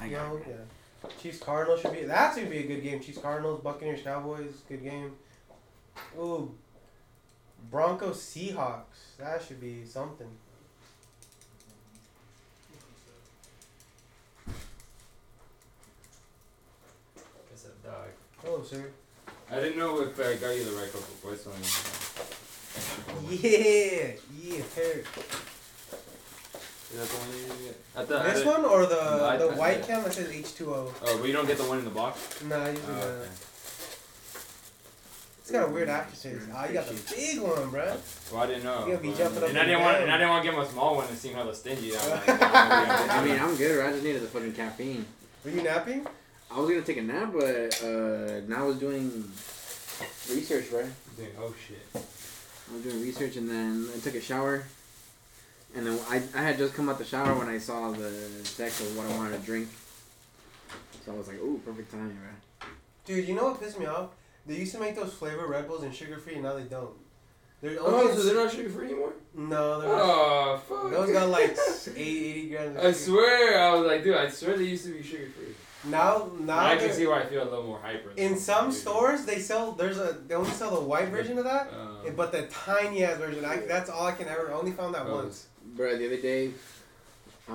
I got No, it. yeah. Chiefs Cardinals should be that's gonna be a good game. Chiefs Cardinals, Buccaneers Cowboys, good game. Ooh, Broncos Seahawks, that should be something. It's a dog. Hello, sir. I didn't know if I got you the right couple voice on. Yeah, yeah, parrot. Is that the one you didn't get? I thought, I This didn't- one or No, the I- the I- white cam that says H two O. Oh, but you don't get the one in the box? Nah, usually Oh, not. okay. It's got a weird aftertaste. Ah, you got the big one, bruh. Well, I didn't know. You gotta be but- jumping up and I and didn't want, down. and I didn't want to give him a small one and see how the stingy that was. I mean, I'm good. right? I just needed the fucking caffeine. Were you napping? I was gonna take a nap, but uh, now I was doing research, right? Dude, oh shit. I was doing research, and then I took a shower, and then I, I had just come out the shower when I saw the text of what I wanted to drink. So I was like, "Ooh, perfect timing, right?" Dude, you know what pissed me off? They used to make those flavor Red Bulls and sugar free, and now they don't. They're only Oh, so they're not sugar free anymore? no, they're not. Oh fuck. Those got like s- 80, 80 grams. Of I sugar. swear, I was like, dude, I swear they used to be sugar free. Now, now I can they're- see why I feel a little more hyper. than in some usual. stores they sell. There's a they only sell the white version of that, Um, Uh-huh. but the tiny ass version. I, that's all I can ever. Only found that Oh. once. Bro, the other day, uh,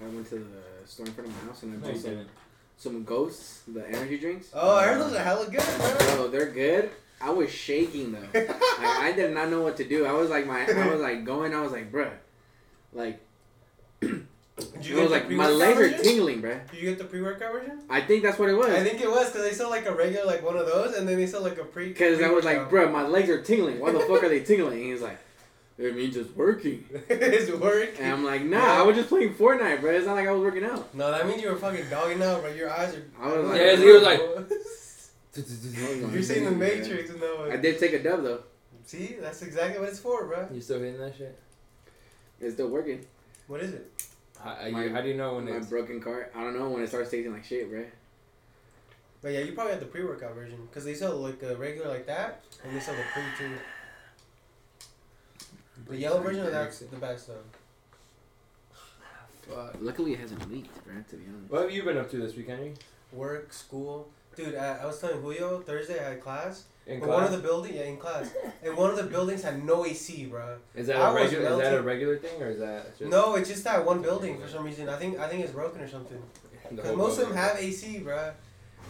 I went to the store in front of my house and I no, you bought some, didn't. some ghosts, the energy drinks. Oh, I heard those are hella good, bro. Bro, they're good. I was shaking though. like, I did not know what to do. I was like my, I was like going. I was like, bruh, like Did it the was like my pre-workout legs are version? tingling, bruh. Did you get the pre-workout version? I think that's what it was. I think it was because they sell like a regular like one of those, and then they sell like a pre. Because I was like, pre-workout. bro, my legs are tingling. Why the fuck are they tingling? And he's like, it means it's working. it's working. And I'm like, nah, I was just playing Fortnite, bro. It's not like I was working out. No, that means you were fucking dogging out, bro. Your eyes are. I was like, Yeah, he was like- You're seeing the Matrix in that I one. did take a dub though. See, that's exactly what it's for, bro. You still hitting that shit? It's still working. What is it? How, are My- you, how do you know when My it's? broken cart. I don't know when it starts tasting like shit, bro. But yeah, you probably had the pre-workout version because they sell like a regular like that, and they sell the pre too. The yellow version of that's the best though. Fuck. Luckily, it hasn't leaked, bro. To be honest. What have you been up to this week, Henry? Work, school, dude. I, I was telling Julio Thursday I had class. In and class? One of the building, yeah, in class, and one of the buildings had no AC, bro. is that I a was regular? Is that a melting. regular thing or is that just No, it's just that one building for some reason. I think I think it's broken or something. the Cause whole most of them building? have AC, bruh.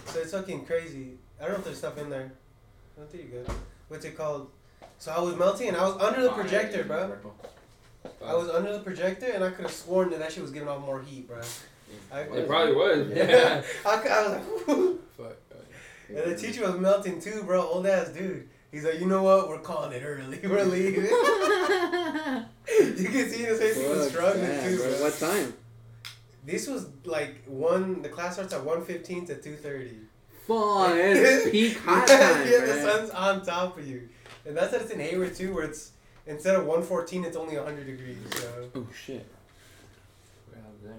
So it's fucking crazy. I don't know if there's stuff in there. I don't think you good. What's it called? So I was melting and I was under the projector, bruh. I was under the projector and I could have sworn that that shit was giving off more heat, bruh. I, Oh. It probably was. Yeah. Yeah. I, cou- I was like, "Woo." Fuck. and the teacher was melting too, bro. Old ass dude. He's like, you know what? We're calling it early. We're leaving. you can see in his face he was Fuck struggling that, too, bro. bro. What time? This was like one. The class starts at 1.15 to two thirty. Oh, Fuck, it's peak hot yeah, time, yeah, the bro. sun's on top of you, and that's what it's in Hayward too, where it's instead of one fourteen, it's only hundred degrees. So Oh shit. Yeah, damn.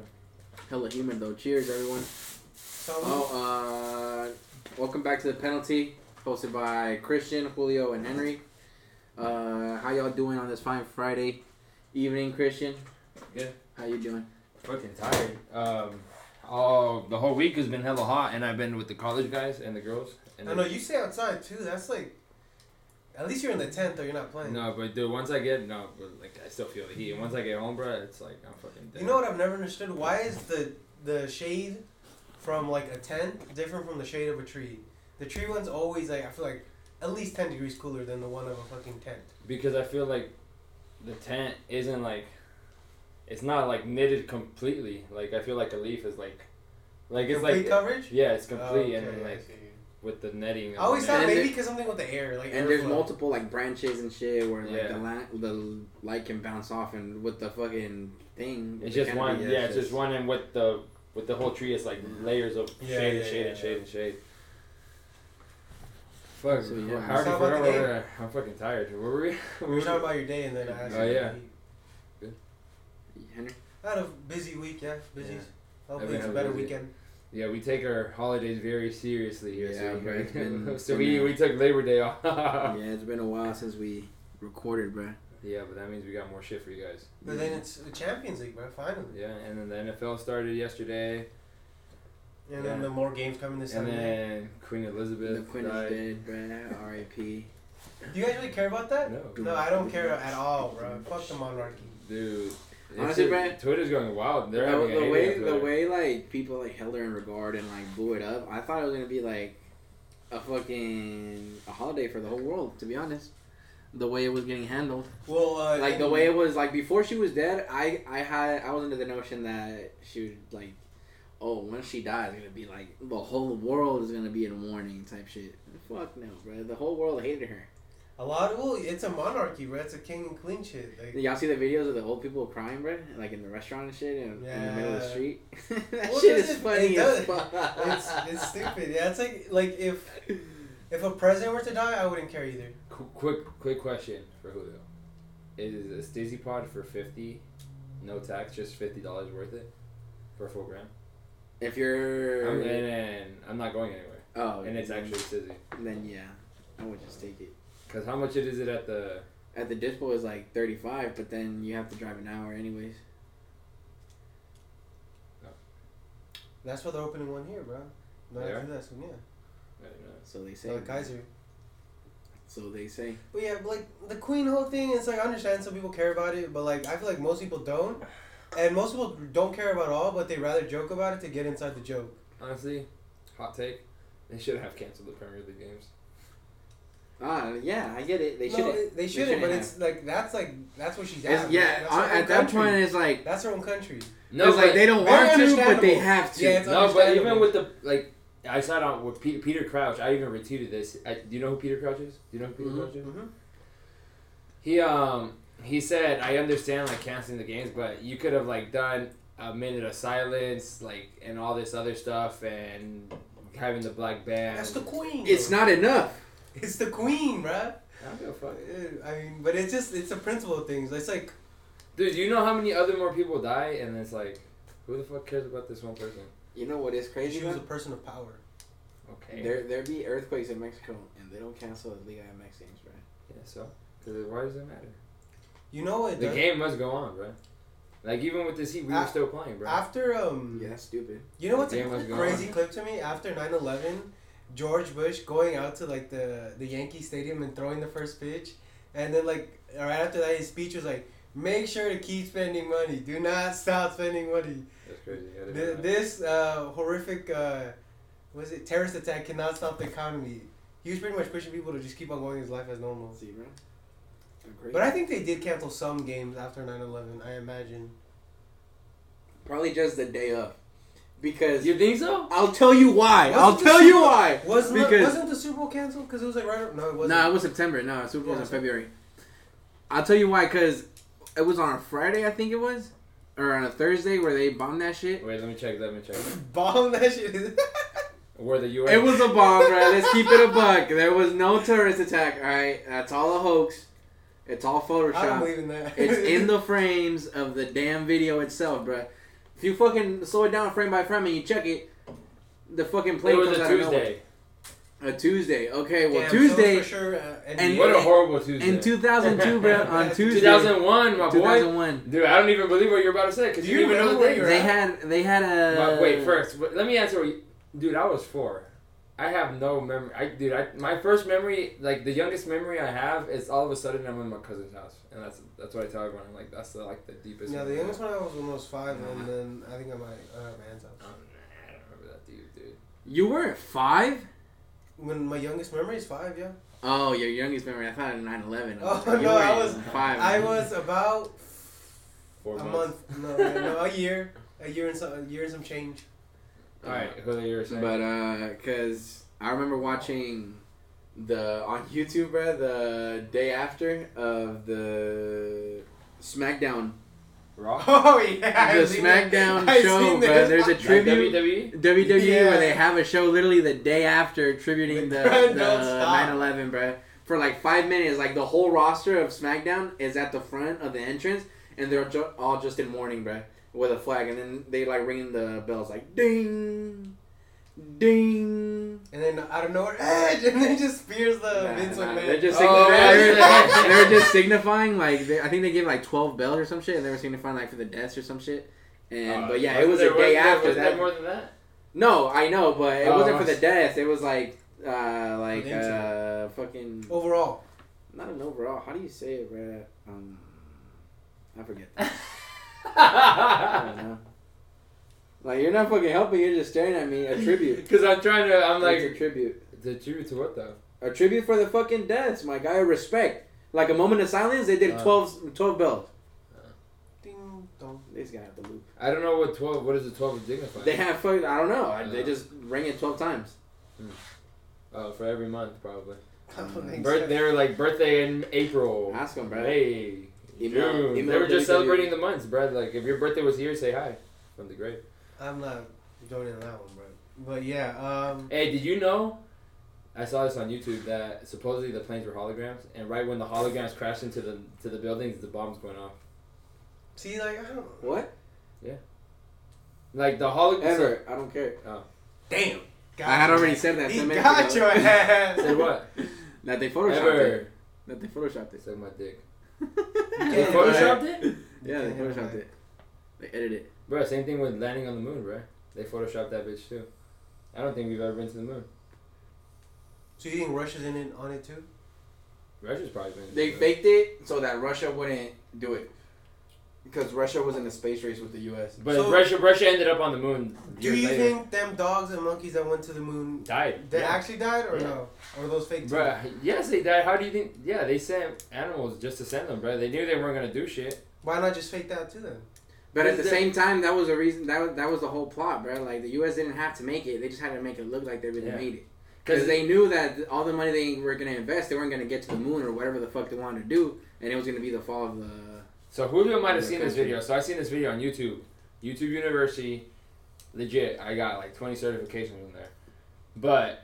Hella humid though. Cheers, everyone. so Oh, uh, welcome back to the penalty, hosted by Christian, Julio, and Henry. Uh, how y'all doing on this fine Friday evening, Christian? Good. How you doing? Fucking tired. Um, oh, the whole week has been hella hot, and I've been with the college guys and the girls. And no, no, you stay outside too. That's like, at least you're in the tent though. You're not playing. No, but dude, once I get no, but, like I still feel the heat. And once I get home, bro, it's like I'm fucking dead. You know what I've never understood? Why is the the shade from like a tent different from the shade of a tree? The tree one's always like I feel like at least ten degrees cooler than the one of a fucking tent. Because I feel like the tent isn't like, it's not like knitted completely. Like I feel like a leaf is like, like it's Complete like coverage. yeah, it's complete, Oh, and okay, then I like see. with the netting. I always on thought And maybe there- because something with the air, like And there's airflow. multiple like branches and shit where like Yeah. the la- the light can bounce off, and with the fucking thing, It's the just canopy, one, yeah, it's just one, and with the with the whole tree, it's like layers of Yeah, shade yeah, and shade yeah, and yeah. shade and shade. Fuck, So, yeah. we're So hard to how about figure out the where we're at. I'm fucking tired. Where were we? We were talking about your day, and then I asked Oh, you yeah. Henry, I had a busy week, yeah, busy. Yeah. I've Hopefully been it's a having better busy. weekend. yeah, we take our holidays very seriously here. Yeah, so, we- bro, it's been- so we we took Labor Day off. yeah, it's been a while since we recorded, bruh. Yeah, but that means we got more shit for you guys. But Mm-hmm. then it's the Champions League, bro. Finally. Yeah, and then the NFL started yesterday, And then Yeah. the more games coming this and Sunday. then Queen Elizabeth the Quinn died. is dead, bruh. R.I.P. Do you guys really care about that? No, No, I don't care at all, bro. Fuck the monarchy. dude. Honestly, Honestly, Brad- Twitter's going wild. They're Bro, having a the heyday way on the Twitter. way like people like held her in regard and like blew it up, I thought it was gonna be like a fucking a holiday for the whole world. To be honest, the way it was getting handled, Well, uh, like the in- way it was like before she was dead, I I had I was under the notion that she would like, oh, once she dies, it's gonna be like the whole world is gonna be in mourning type shit. Fuck no, bro. The whole world hated her. A lot of well, it's a monarchy, bro. It's a king and queen shit. Like, Y'all see the videos of the old people crying, bro? Like in the restaurant and shit, and in the middle of the Yeah. street. that Well, shit does is it- funny it does. as fuck. it's it's stupid. Yeah, it's like like if if a president were to die, I wouldn't care either. Qu- quick, quick question for Julio: Is a Stizzy Pod for fifty, no tax, just fifty dollars worth it for a full gram? If I'm, and, you're and I'm not going anywhere, oh, and it's then- actually Stizzy. then yeah, I would just take it. Cause how much is it at the? At the dispo is like thirty five, but then you have to drive an hour anyways. That's why they're opening one here, bro. Not They after are? this one, yeah. I don't know. So they say. So, like, Kaiser. So they say. But yeah, but, like the Queen whole thing, it's like I understand some people care about it, but like I feel like most people don't, and most people don't care about it all, but they rather joke about it to get inside the joke. Honestly, hot take: They should have canceled the Premier League games. Ah, yeah, I get it. They No, should. it- they shouldn't. but it's like that's like that's what she's at. it's, bro. yeah. That's her On, own at that country. point, it's like that's her own country. No, it's like but- they don't Very want to, but they understandable. have to. Yeah, it's No, but understandable. even with the like, I saw it on with Pe- Peter Crouch. I even retweeted this. I, do you know who Peter Crouch is? Do you know who Peter Mhm. Crouch is? Mhm. He um he said, I understand like canceling the games, but you could have like done a minute of silence, like and all this other stuff, and having the black band. That's the Queen. it's not enough. It's the Queen, bro. I don't give a fuck. I mean, but it's just it's the principle of things. It's like Dude, you know how many other more people die, and it's like, who the fuck cares about this one person? You know what is she crazy? was a though? person of power. Okay. There, there be earthquakes in Mexico, and they don't cancel the Liga MX games, bro. yeah. So, 'Cause it- why does it matter? You know what? The does- game must go on, bro. Like even with this heat, we Ah, were still playing, bro. After um, Yeah, that's stupid. you know what's The a game was gone. crazy clip to me? After 9-11, George Bush going out to like the the Yankee Stadium and throwing the first pitch, and then like right after that, his speech was like, "Make sure to keep spending money. Do not stop spending money. That's crazy. I didn't know Th- that. this uh, horrific, uh, was it terrorist attack cannot stop the economy." He was pretty much pushing people to just keep on going his life as normal. See, bro. Agree. But I think they did cancel some games after 9-11, I imagine. Probably just the day of, because You think so? I'll tell you why. Wasn't I'll the tell Super you Bowl- why. Wasn't, Because- the, wasn't the Super Bowl canceled? Because it was like right... No, it wasn't. No, it was September. No, Super Bowl was Yeah, in so- February. I'll tell you why, because it was on a Friday, I think it was, or on a Thursday where they bombed that shit. Wait, let me check. Let me check. bomb that shit. Where the U.S. It was a bomb, bro. Let's keep it a buck. There was no terrorist attack. All right, that's all a hoax. It's all I don't Photoshop. believe in that. It's in the frames of the damn video itself, bro. If you fucking slow it down frame by frame and you check it, the fucking It plane was comes a out of nowhere. Tuesday. A Tuesday. Okay, well Damn, so Tuesday for sure, uh, And- and What a horrible Tuesday. in 2002, bro. On Tuesday, 2001, my boy. 2001. Dude, I don't even believe what you're about to say because Do you, you don't even know the remember where date. you They had they had a But Uh, wait, first, w- let me answer. What you, dude, I was four. I have no memory. I dude, I my first memory, like the youngest memory I have, is all of a sudden I'm in my cousin's house, and that's that's what I tell everyone. I'm like, that's the, like the deepest. yeah, the memory I youngest have. one I was when I was five, and then I think I might uh, my hands up. Um, nah, I don't remember that dude, dude. You were at five? When my youngest memory is five, yeah. Oh, your youngest memory. I thought at 9 11. Oh, no, I was- Five. I was about Four a month, no, months. yeah, no, a year, a year and some, a year and some change. All right, Julio, you were saying. But, uh, because I remember watching the. On YouTube, bro, the day after of the SmackDown. Raw. Oh yeah, the I've seen that. SmackDown I've show, seen bro. this. There's a Like E? tribute. WWE. WWE where Yeah. they have a show literally the day after tributing the, Don't the stop. 9/11, bro. For like five minutes, like the whole roster of SmackDown is at the front of the entrance, and they're ju- all just in mourning, bro, with a flag, and then they like ringing the bells like ding, Ding. And then out of nowhere, Edge, and then just spears the Nah, Vince nah, McMahon. they're just Oh, signi- yeah, they, were, yeah. they were just signifying like they, I think they gave like twelve bells or some shit, and they were signifying like for the deaths or some shit. And Uh, but yeah, it wasn't was there- a day wasn't there- after wasn't that. there more than that. No, I know, but it Oh, wasn't for I the see. deaths. It was like uh like think so. uh fucking Overall, not an overall. How do you say it, bruh? Um, I forget. I don't know. Like you're not fucking helping. You're just staring at me. A tribute. Because I'm trying to. it's I'm a like tribute. the tribute to what though? A tribute for the fucking deaths, my guy. Respect. Like a moment of silence, they did Uh. 12, 12 bells. ding dong. This guy have the loop. I don't know what twelve. What is the twelve dignified? They have fucking, I don't know. I they Uh. just rang it 12 times. Oh, for every month probably. That makes Birth, they sense. were like birthday in April, Ask them, bro. May, Email- June. email they were just WWE. celebrating the months, Brad. Like if your birthday was here, say hi from the grave. I'm not joining that one, bro. But yeah, um, Hey, did you know? I saw this on YouTube that supposedly the planes were holograms, and right when the holograms crashed into the to the buildings, the bombs went off. see, like I don't. What? Like the holograms. Ever. I don't care. Damn. I had already said that He 10 minutes got ago. your ass. Say what? That they photoshopped it. Ever. That they photoshopped They it. suck my dick. They Yeah, photoshopped it, Yeah, they Yeah, photoshopped right. it. They edited it. bro. Same thing with landing on the moon, bro. They photoshopped that bitch too. I don't think we've ever been to the moon. So you think Russia's in it on it too? Russia's probably been. to They the moon. faked it so that Russia wouldn't do it. Because Russia was in a space race with the U.S. But So- Russia, Russia ended up on the moon. Do years you later. think them dogs and monkeys that went to the moon died? they Yeah. actually died or Yeah. no? Or those fake? Bruh, yes, they died. How do you think? Yeah, they sent animals just to send them, bruh. They knew they weren't gonna do shit. Why not just fake that too then? But at Is the there- same time, that was the reason. That was, that was the whole plot, bro. Like the U.S. didn't have to make it; they just had to make it look like they really Yeah. made it. Because they knew that all the money they were gonna invest, they weren't gonna get to the moon or whatever the fuck they wanted to do, and it was gonna be the fall of the. So Julio might have Yeah, seen this country. video. So I seen this video on YouTube, YouTube University. Legit, I got like twenty certifications in there, but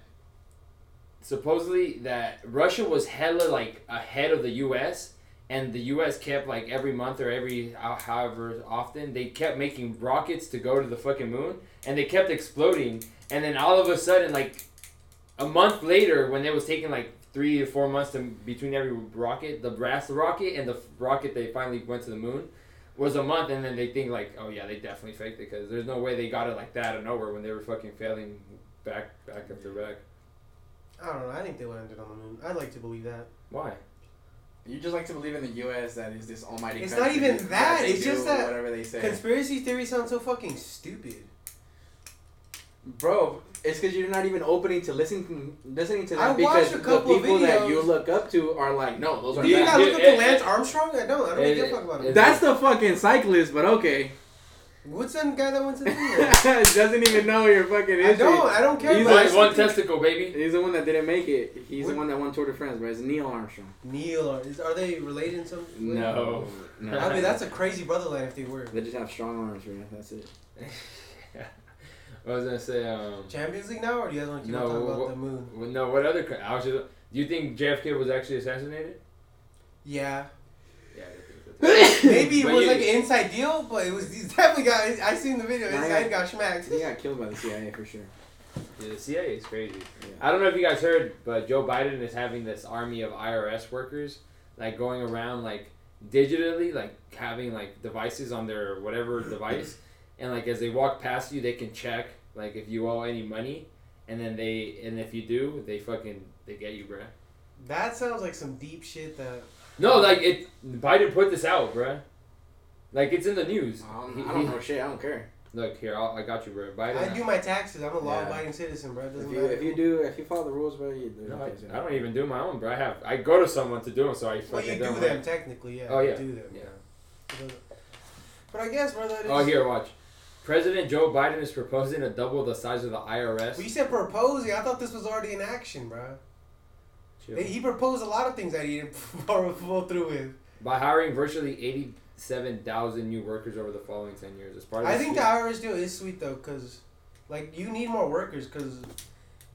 supposedly that Russia was hella like ahead of the U.S. and the U.S. kept like every month or every how- however often they kept making rockets to go to the fucking moon and they kept exploding and then all of a sudden like a month later when they was taking like three to four months to, between every rocket, the brass rocket and the f- rocket they finally went to the moon was a month, and then they think like, oh yeah, they definitely faked it because there's no way they got it like that out of nowhere when they were fucking failing back back after back. I don't know. I think they would ended on the moon. I'd like to believe that. Why? You just like to believe in the U.S. that is this almighty. It's country not even that, they it's do just that- whatever they say, Conspiracy theories sound so fucking stupid. bro. It's because you're not even opening to listening listening to them I because watched a the couple people that videos. you look up to are like, no, those are Do you bad. gotta look up Yeah, to it- Lance Armstrong? I don't. I don't it- give a fuck about it- him. That's the fucking cyclist, but okay. What's that guy that went to the moon? Doesn't even know your fucking history. I don't. I don't care. He's He's about like like it. one testicle, baby. He's the one that didn't make it. He's What- the one that won Tour de France, bro. It's Neil Armstrong. Neil. Or is, are they related in some? way? No. no. I mean, that's a crazy brotherland if they were. They just have strong arms, bro. That's it. I was gonna say, um, Champions League now, or do you guys want to keep No, on talking about what- the moon? well, no, what other? co- I was just, do you think JFK was actually assassinated? Yeah. Yeah. I think so, too. Maybe it But was you- like an inside deal, but it was he's definitely got. I seen the video. His Nah, guy yeah. got smacked. He got killed by the CIA for sure. Yeah, the CIA is crazy. Yeah. I don't know if you guys heard, but Joe Biden is having this army of IRS workers, like going around like digitally, like having like devices on their whatever device, and like as they walk past you, they can check like if you owe any money, and then they and if you do, they fucking they get you, bruh. That sounds like some deep shit. That No, like it. Biden put this out, bruh. Like it's in the news. I don't, He- I don't he- know shit. I don't care. Look here, I'll, I got you, bruh. Biden. I do my taxes. I'm a law Yeah. abiding citizen, bro. It If doesn't you matter. if you do if you follow the rules, bro, you No, I, I don't even do my own, bro. I have I go to someone to do them, so I fucking well, you do don't them technically, yeah. Oh, you yeah. do them. Yeah. It doesn't- But I guess, brother. it Oh, is- here, watch. President Joe Biden is proposing to double the size of the IRS. Well, you said proposing. I thought this was already in action, bro. Chill. He proposed a lot of things that he didn't follow through with. By hiring virtually 87,000 new workers over the following 10 years. As part of I the think the scheme- IRS deal is sweet though, cause like you need more workers, cause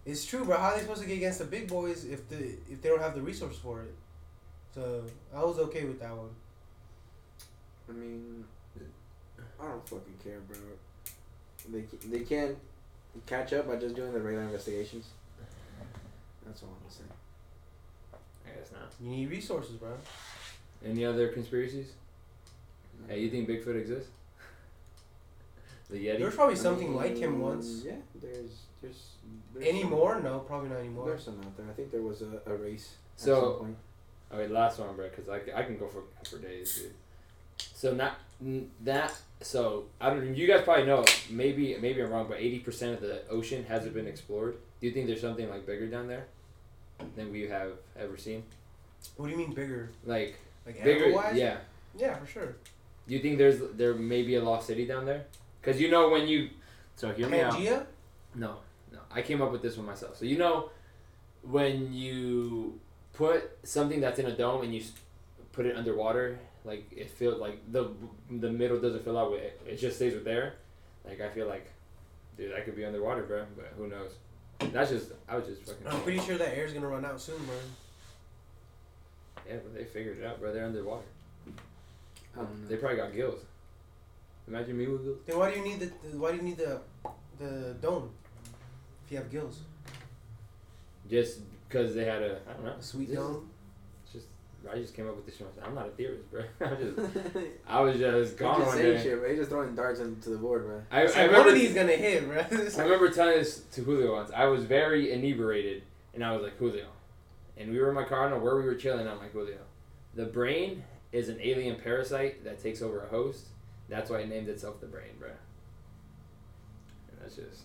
it's true, bro. How are they supposed to get against the big boys if the if they don't have the resource for it? So I was okay with that one. I mean, I don't fucking care, bro. They ca- they can't catch up by just doing the regular investigations. That's all I'm gonna say. I guess not. You need resources, bro. Any other conspiracies? Hey, you think Bigfoot exists? the Yeti? There was probably I something mean, like him once. Yeah, there's there's, there's Any more? No, probably not anymore. There's some out there. I think there was a, a race. at So- some point. Okay, last one, bro, because I, c- I can go for for days, dude. So not n- that. So I don't. You guys probably know. Maybe maybe I'm wrong, but eighty percent of the ocean hasn't been explored. Do you think there's something like bigger down there than we have ever seen? What do you mean bigger? Like Like bigger? animal-wise? Yeah. Yeah, for sure. Do you think there's there may be a lost city down there? Because you know when you. So hear me out. Pangea? No, no. I came up with this one myself. So you know, when you put something that's in a dome and you s- put it underwater, like it feels like the the middle doesn't fill out with it. It just stays with there. Like I feel like, dude, I could be underwater, bro. But who knows? That's just I was just fucking. I'm pretty sure that air's gonna run out soon, bro. Yeah, but they figured it out, bro. They're underwater. I don't know. They probably got gills. Mm. Imagine me with gills. Then why do you need the, the why do you need the the dome? If you have gills, Just because they had a I don't know a sweet This is- dome. it's Just I just came up with this one. I'm not a theorist, bro. I just I was just He gone just one saying day. shit, bro. He's just throwing darts into the board, bro. I, So I one remember of these gonna hit, bro. It's I like- remember telling this to Julio once. I was very inebriated, and I was like, Julio. And we were in my car, I don't know where we were chilling. I'm like, Julio, the brain is an alien parasite that takes over a host. That's why it named itself the brain, bro. And that's just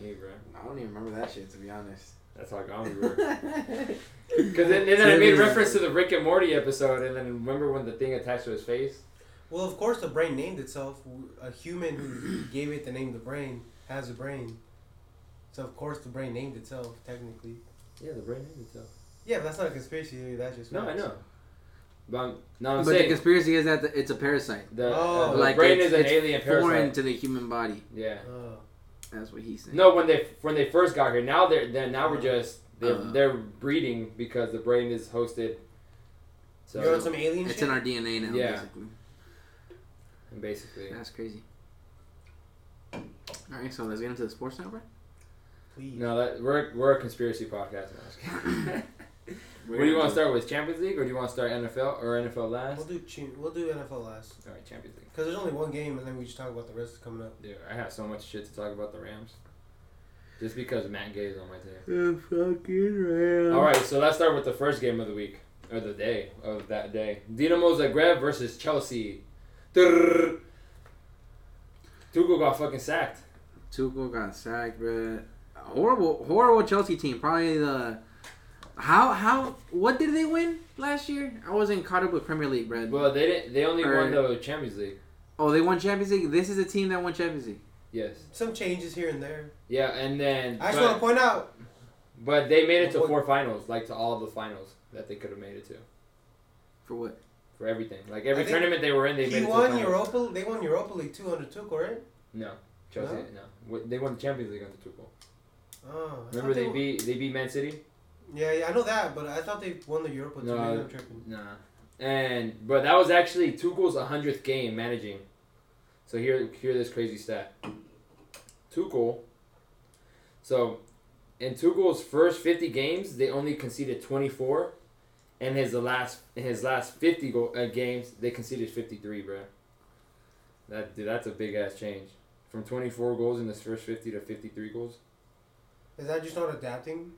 me, bro. I don't even remember that shit to be honest. That's how gone we were. Because then, and then I made Dude. reference to the Rick and Morty episode, and then remember when the thing attached to his face? Well, of course, the brain named itself. A human who gave it the name the brain has a brain. So, of course, the brain named itself, technically. Yeah, the brain named itself. Yeah, but that's not a conspiracy theory. That's just. No, I facts. know. But I'm, no, I'm but the saying conspiracy is that the, it's a parasite. the, Oh. the Like, brain it's- is an it's alien Foreign parasite. to the human body. Yeah. Oh. That's what he's saying. No, when they when they first got here. Now they're then now we're just they're, Uh-huh. they're breeding because the brain is hosted. So You're on some alien It's shit. in our DNA now, Yeah. basically. and basically, That's crazy. All right, so let's get into the sports now, bro. Please. no, that we're we're a conspiracy podcast. No, I'm just kidding. Where do you want to start with Champions League or do you want to start NFL or NFL last? We'll do chi- we'll do NFL last All right, Champions League. because there's only one game, and then we just talk about the rest coming up. Dude, I have so much shit to talk about the Rams. Just because Matt Gay is on my team. The fucking Rams. All right, so let's start with the first game of the week or the day of that day. Dinamo Zagreb versus Chelsea. Durr. Tuchel got fucking sacked. Tuchel got sacked, bro. Horrible, horrible Chelsea team. Probably the how how what did they win last year? I wasn't caught up with Premier League, bro. Well, they didn't. They only won Alright. the Champions League. oh, they won Champions League. This is a team that won Champions League. Yes. Some changes here and there. Yeah, and then I just want to but, point out but they made it to four finals, like to all of the finals that they could have made it to For what? for everything. Like every I think tournament they were in, they made he it to won the finals. Europa. They won Europa League two under Tuchel, right? No, Chelsea. No, No? W- they won the Champions League under Tuchel. Oh, I Remember thought they, won- beat they beat Man City. Yeah, yeah, I know that, but I thought they won the Europa. No, No, I- maybe I'm tripping. Nah. And but that was actually Tuchel's hundredth game managing. So here here this crazy stat. Tuchel. So in Tuchel's first fifty games, they only conceded twenty four. And his last in his last fifty go, uh, games, they conceded fifty three, bro. That dude, that's a big ass change from twenty four goals in his first fifty to fifty three goals. Is that just not adapting?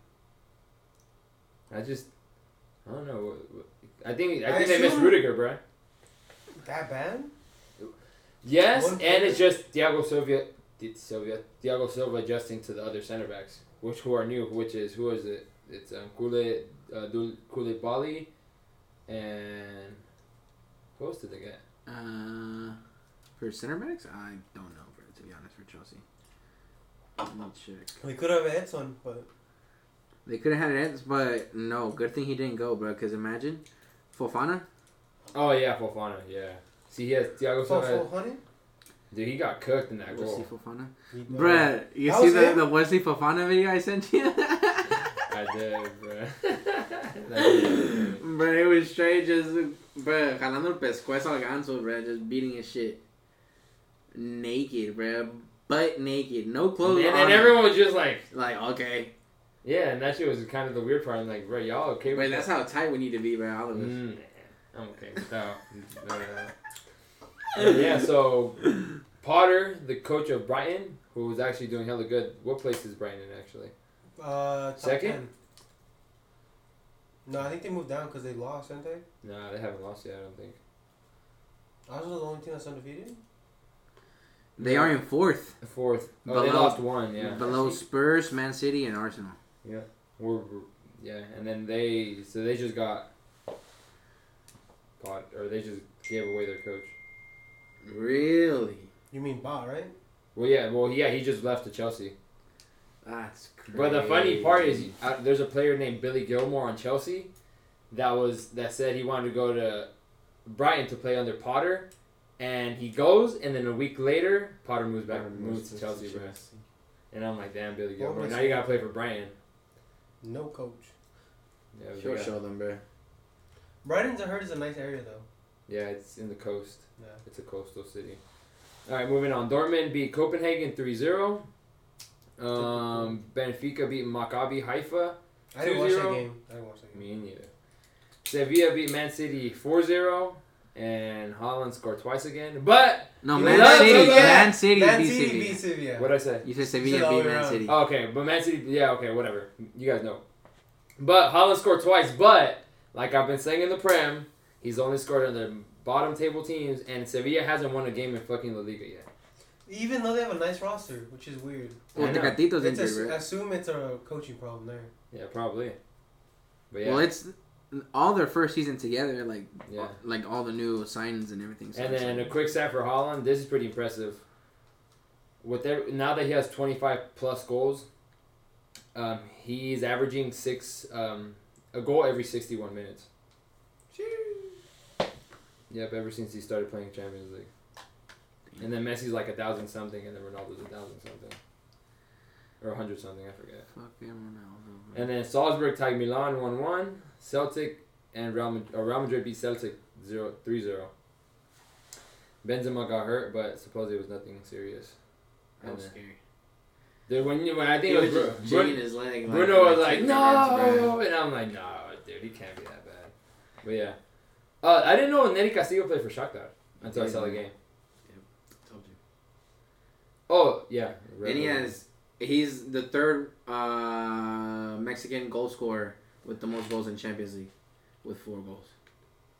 I just I don't know. what- what- I think I I think they missed assume- Rudiger, bro. That bad? Yes, One and player. it's just Thiago Silva, Di- Silva, Thiago Silva adjusting to the other center backs, which who are new, which is who is it? It's um, Kule, uh, Dul- Koulibaly, and who else did they get? Uh, for center backs, I don't know, bro. To be honest, for Chelsea, let me check. We could have Edson, but They could have had it, but no. Good thing he didn't go, bro. Because imagine Fofana. Oh yeah, Fofana. Yeah. See, he has Thiago four Silva. four hundred. Dude, he got cooked in that Wesley goal. Fofana. Bruh. Bruh, you That see was the, him? the Wesley Fofana video I sent you? I did, bro. That was- But it was straight just, bruh, jalando el pescuezo al ganso, bruh, just beating his shit. Naked, bruh. butt naked, no And, clothes on. and everyone was just like, like okay, yeah, and that shit was kind of the weird part. I'm like, bro, y'all okay but with that's that? how tight we need to be, bro. All of us. Mm, I'm okay with that. No, no, no. And yeah, so Potter, the coach of Brighton, who was actually doing hella good. What place is Brighton in, actually? Uh, top Second? 10. No, I think they moved down because they lost, didn't they? No, they haven't lost yet, I don't think. Ours was the only team that's undefeated. They are in fourth, Fourth. Oh, they Below- lost one, yeah. below Spurs, Man City, and Arsenal. We're, we're- yeah, and then they so they just got caught or they just gave away their coach. Really? You mean Ba, right? Well, yeah, well, yeah, he just left to Chelsea. That's crazy. But the funny part is, uh, there's a player named Billy Gilmore on Chelsea that was that said he wanted to go to Brighton to play under Potter, and he goes, and then a week later Potter moves back, moves to Chelsea, bro. And I'm like, damn, Billy Gilmore, makes now you gotta play for Brighton. No coach. Yeah, we She'll got- show them, bro. Brighton's I heard is a nice area though. yeah, it's in the coast. Yeah. It's a coastal city. All right, moving on. Dortmund beat Copenhagen 3-0. Um, Benfica beat Maccabi Haifa. I didn't watch that 2-0. game. I didn't watch that game. Me neither. Sevilla beat Man City 4-0. And Holland scored twice again. But, No, You Man love City. Sevilla. Man City Man beat City Sevilla. beat Sevilla. what'd I say? You said Should Sevilla all beat be Man around. City. Oh, okay, but Man City, yeah, okay, whatever. You guys know. But Holland scored twice. But, like I've been saying in the Prem, he's only scored on the bottom table teams. And Sevilla hasn't won a game in fucking La Liga yet. Even though they have a nice roster, which is weird. Well, I know. Tecatito's It's injured, a, bro. assume it's a coaching problem there. Yeah, probably. But yeah, Well, it's all their first season together, like yeah. like all the new signs and everything. And it's then a like- quick stat for Holland. This is pretty impressive. With their, now that he has 25 plus goals, um, he's averaging six um, a goal every 61 minutes. Yep, ever since he started playing Champions League. And then Messi's like a thousand something, and then Ronaldo's a thousand something, or a hundred something. I forget. Fucking Ronaldo, bro. And then Salzburg tied Milan 1 1. Celtic and Real Madrid, or Real Madrid beat Celtic 0 3 0. Benzema got hurt, but supposedly it was nothing serious. That And was then, scary. Dude, when, you- when I He think it was was, Bru- just Bru- jigging his leg. like- Bruno like was like, ten minutes, bro. no! And I'm like, no, dude, he can't be that bad. But yeah. Uh, I didn't know Neri Castillo played for Shakhtar until I saw the game. Told you. Oh, yeah. Red And he Bull. has, he's the third uh, Mexican goal scorer with the most goals in Champions League, with four goals.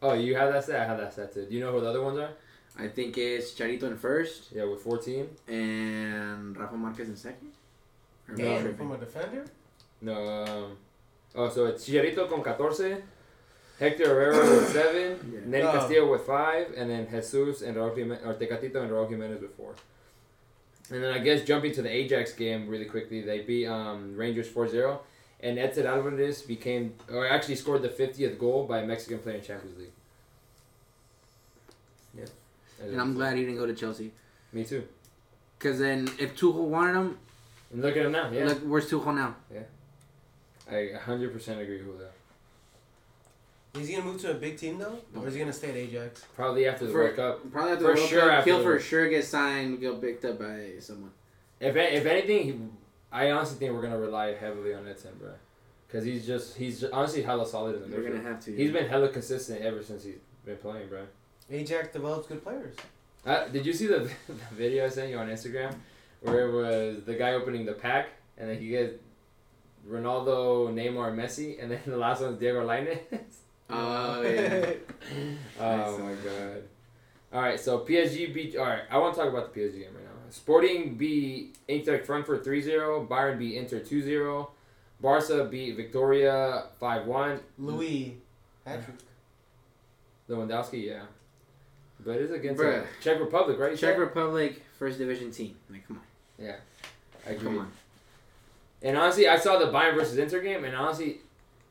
Oh, you have that stat? I have that stat too. Do you know who the other ones are? I think it's Charito in first Yeah, with 14. and Rafa Marquez in second. Or am I Damn, tripping? from a defender? No. Um, oh, so it's Chicharito con 14, Hector Herrera with 7, Yeah. Nelly Um, Castillo with 5, and then Jesus and Raul Jimenez, or Tecatito and Raul Jimenez with 4. And then I guess jumping to the Ajax game really quickly, they beat um, Rangers 4 0. And Edson Alvarez became, or actually scored the 50th goal by a Mexican player in Champions League. Yeah. And I'm glad he didn't go to Chelsea. Me too. Because then if Tuchel wanted him, And look at him now. Yeah. look, where's Tuchel now? I 100% agree with that. Is he gonna move to a big team though, or is he gonna stay at Ajax? Probably after the For- World Cup. Probably after For the World sure Cup, after he'll the for World- sure get signed, get picked up by someone. If if anything, he, I honestly think we're gonna rely heavily on Edson, bro, because he's just he's just, honestly hella solid in the We're midfield. gonna have to. He's been hella consistent ever since he's been playing, bro. Ajax develops good players. Uh, did you see the, the video I sent you on Instagram, where it was the guy opening the pack, and then he gets Ronaldo, Neymar, Messi, and then the last one's Diego Lainez. Oh yeah. Oh Nice. my god. All right, so PSG beat. All right, I want to talk about the PSG game right now. Sporting beat Eintracht Frankfurt 3-0. Bayern beat Inter 2-0. Barca beat Victoria 5-1. Louis, Patrick. Lewandowski, yeah. But it's against Bruh. uh, Czech Republic, right? Czech Republic first division team. Like come on, I agree. come on. And honestly, I saw the Bayern versus Inter game, and honestly,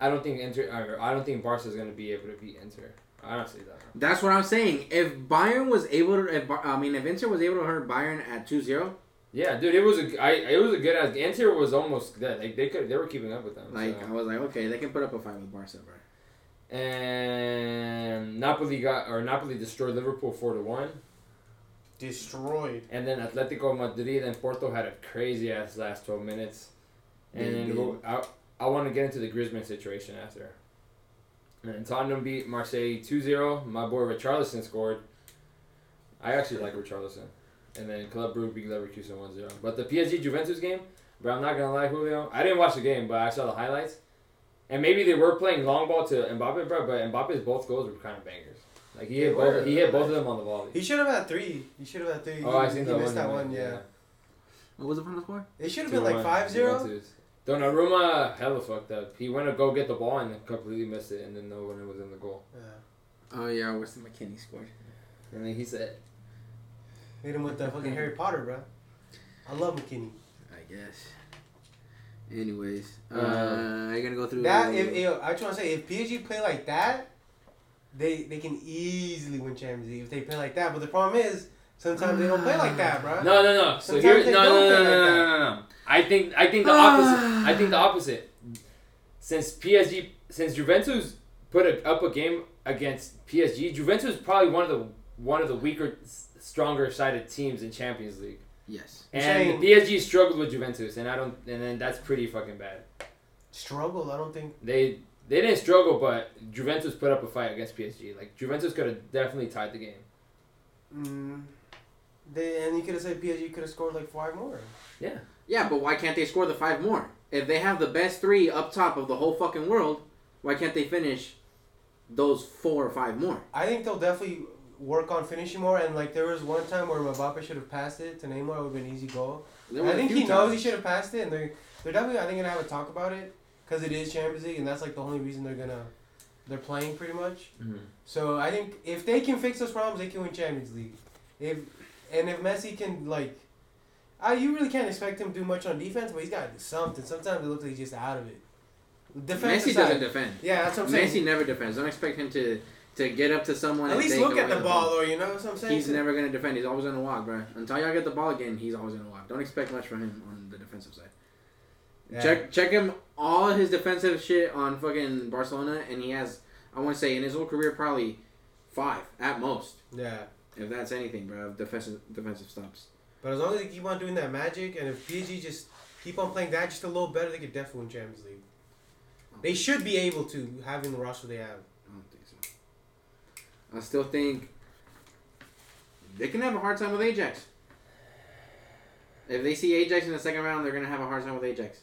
I don't think Inter. Or I don't think Barca's gonna be able to beat Inter. I don't see that. That's what I'm saying. If Bayern was able to, if, Bar- I mean, if Inter was able to hurt Bayern at 2-0, Yeah, dude, it was a. I, it was a good. ass- Inter was almost. Dead. Like they could. They were keeping up with them. like so. I was like, okay, they can put up a fight with Barca, bro. and Napoli got or Napoli destroyed Liverpool four to one. destroyed. And then Atletico Madrid and Porto had a crazy ass last 12 minutes. And They then did. we'll, I, I want to get into the Griezmann situation after. And Tottenham beat Marseille 2 0. My boy Richarlison scored. I actually like Richarlison. And then Club Brugge beat Leverkusen 1 0. But the PSG Juventus game, but I'm not going to lie, Julio. I didn't watch the game, but I saw the highlights. And maybe they were playing long ball to Mbappe, bro, but Mbappe's both goals were kind of bangers. Like he They hit were. both, he hit both of them on the volley. He should have had three. He should have had three. Oh, I He- seen he that missed one. that you one. meant, Yeah. What was the final score? It should have Two been like one, 5 0. Juventus. Donnarumma hella fucked up. He went to go get the ball and then completely missed it, and then no one was in the goal. Oh yeah, Weston McKinney scored. And then he said, Hit him with the fucking Harry Potter, bro. I love McKinney. I guess. Anyways, uh, Uh, are you gonna go through That if, if I just want to say if PSG play like that, they they can easily win Champions League if they play like that. But the problem is sometimes they don't play like that, bro. "No, no, no." So Sometimes here, they no, no, don't no, no, play like no, no, that. Ah. no, no. I think, I think the opposite. I think the opposite. Since PSG, since Juventus put a, up a game against PSG, Juventus is probably one of the one of the weaker, s- stronger sided teams in Champions League. yes, You're And saying- PSG struggled with Juventus, and I don't, and then that's pretty fucking bad. Struggle. I don't think. they they didn't struggle, but Juventus put up a fight against PSG. Like Juventus could have definitely tied the game. Mm, they and you could have said PSG could have scored like five more. yeah, but why can't they score the five more? If they have the best three up top of the whole fucking world, why can't they finish those four or five more? I think they'll definitely work on finishing more. And like there was one time where Mbappe should have passed it to Neymar. It would have been an easy goal. There were I a think few he knows he times. should have passed it, and they're they're definitely I think gonna have a talk about it because it is Champions League, and that's like the only reason they're gonna they're playing pretty much. Mm-hmm. So I think if they can fix those problems, they can win Champions League. If and if Messi can like, I you really can't expect him to do much on defense, but he's got to do something. Sometimes it looks like he's just out of it. Defense Messi doesn't defend. Yeah, that's what I'm saying. Messi never defends. Don't expect him to to get up to someone. At and least take look at away the ball, though. You know what I'm saying? He's So- never gonna defend. He's always gonna walk, bro. Until y'all get the ball again, he's always gonna walk. Don't expect much from him on the defensive side. Yeah. Check check him all his defensive shit on fucking Barcelona, and he has I want to say in his whole career probably five at most, Yeah. if that's anything, bro. Of defensive defensive stops. But as long as they keep on doing that magic, and if PSG just keep on playing that just a little better, they could definitely win Champions League. They should be able to, having the roster they have. I don't think so. I still think they can have a hard time with Ajax. If they see Ajax in the second round, they're gonna have a hard time with Ajax.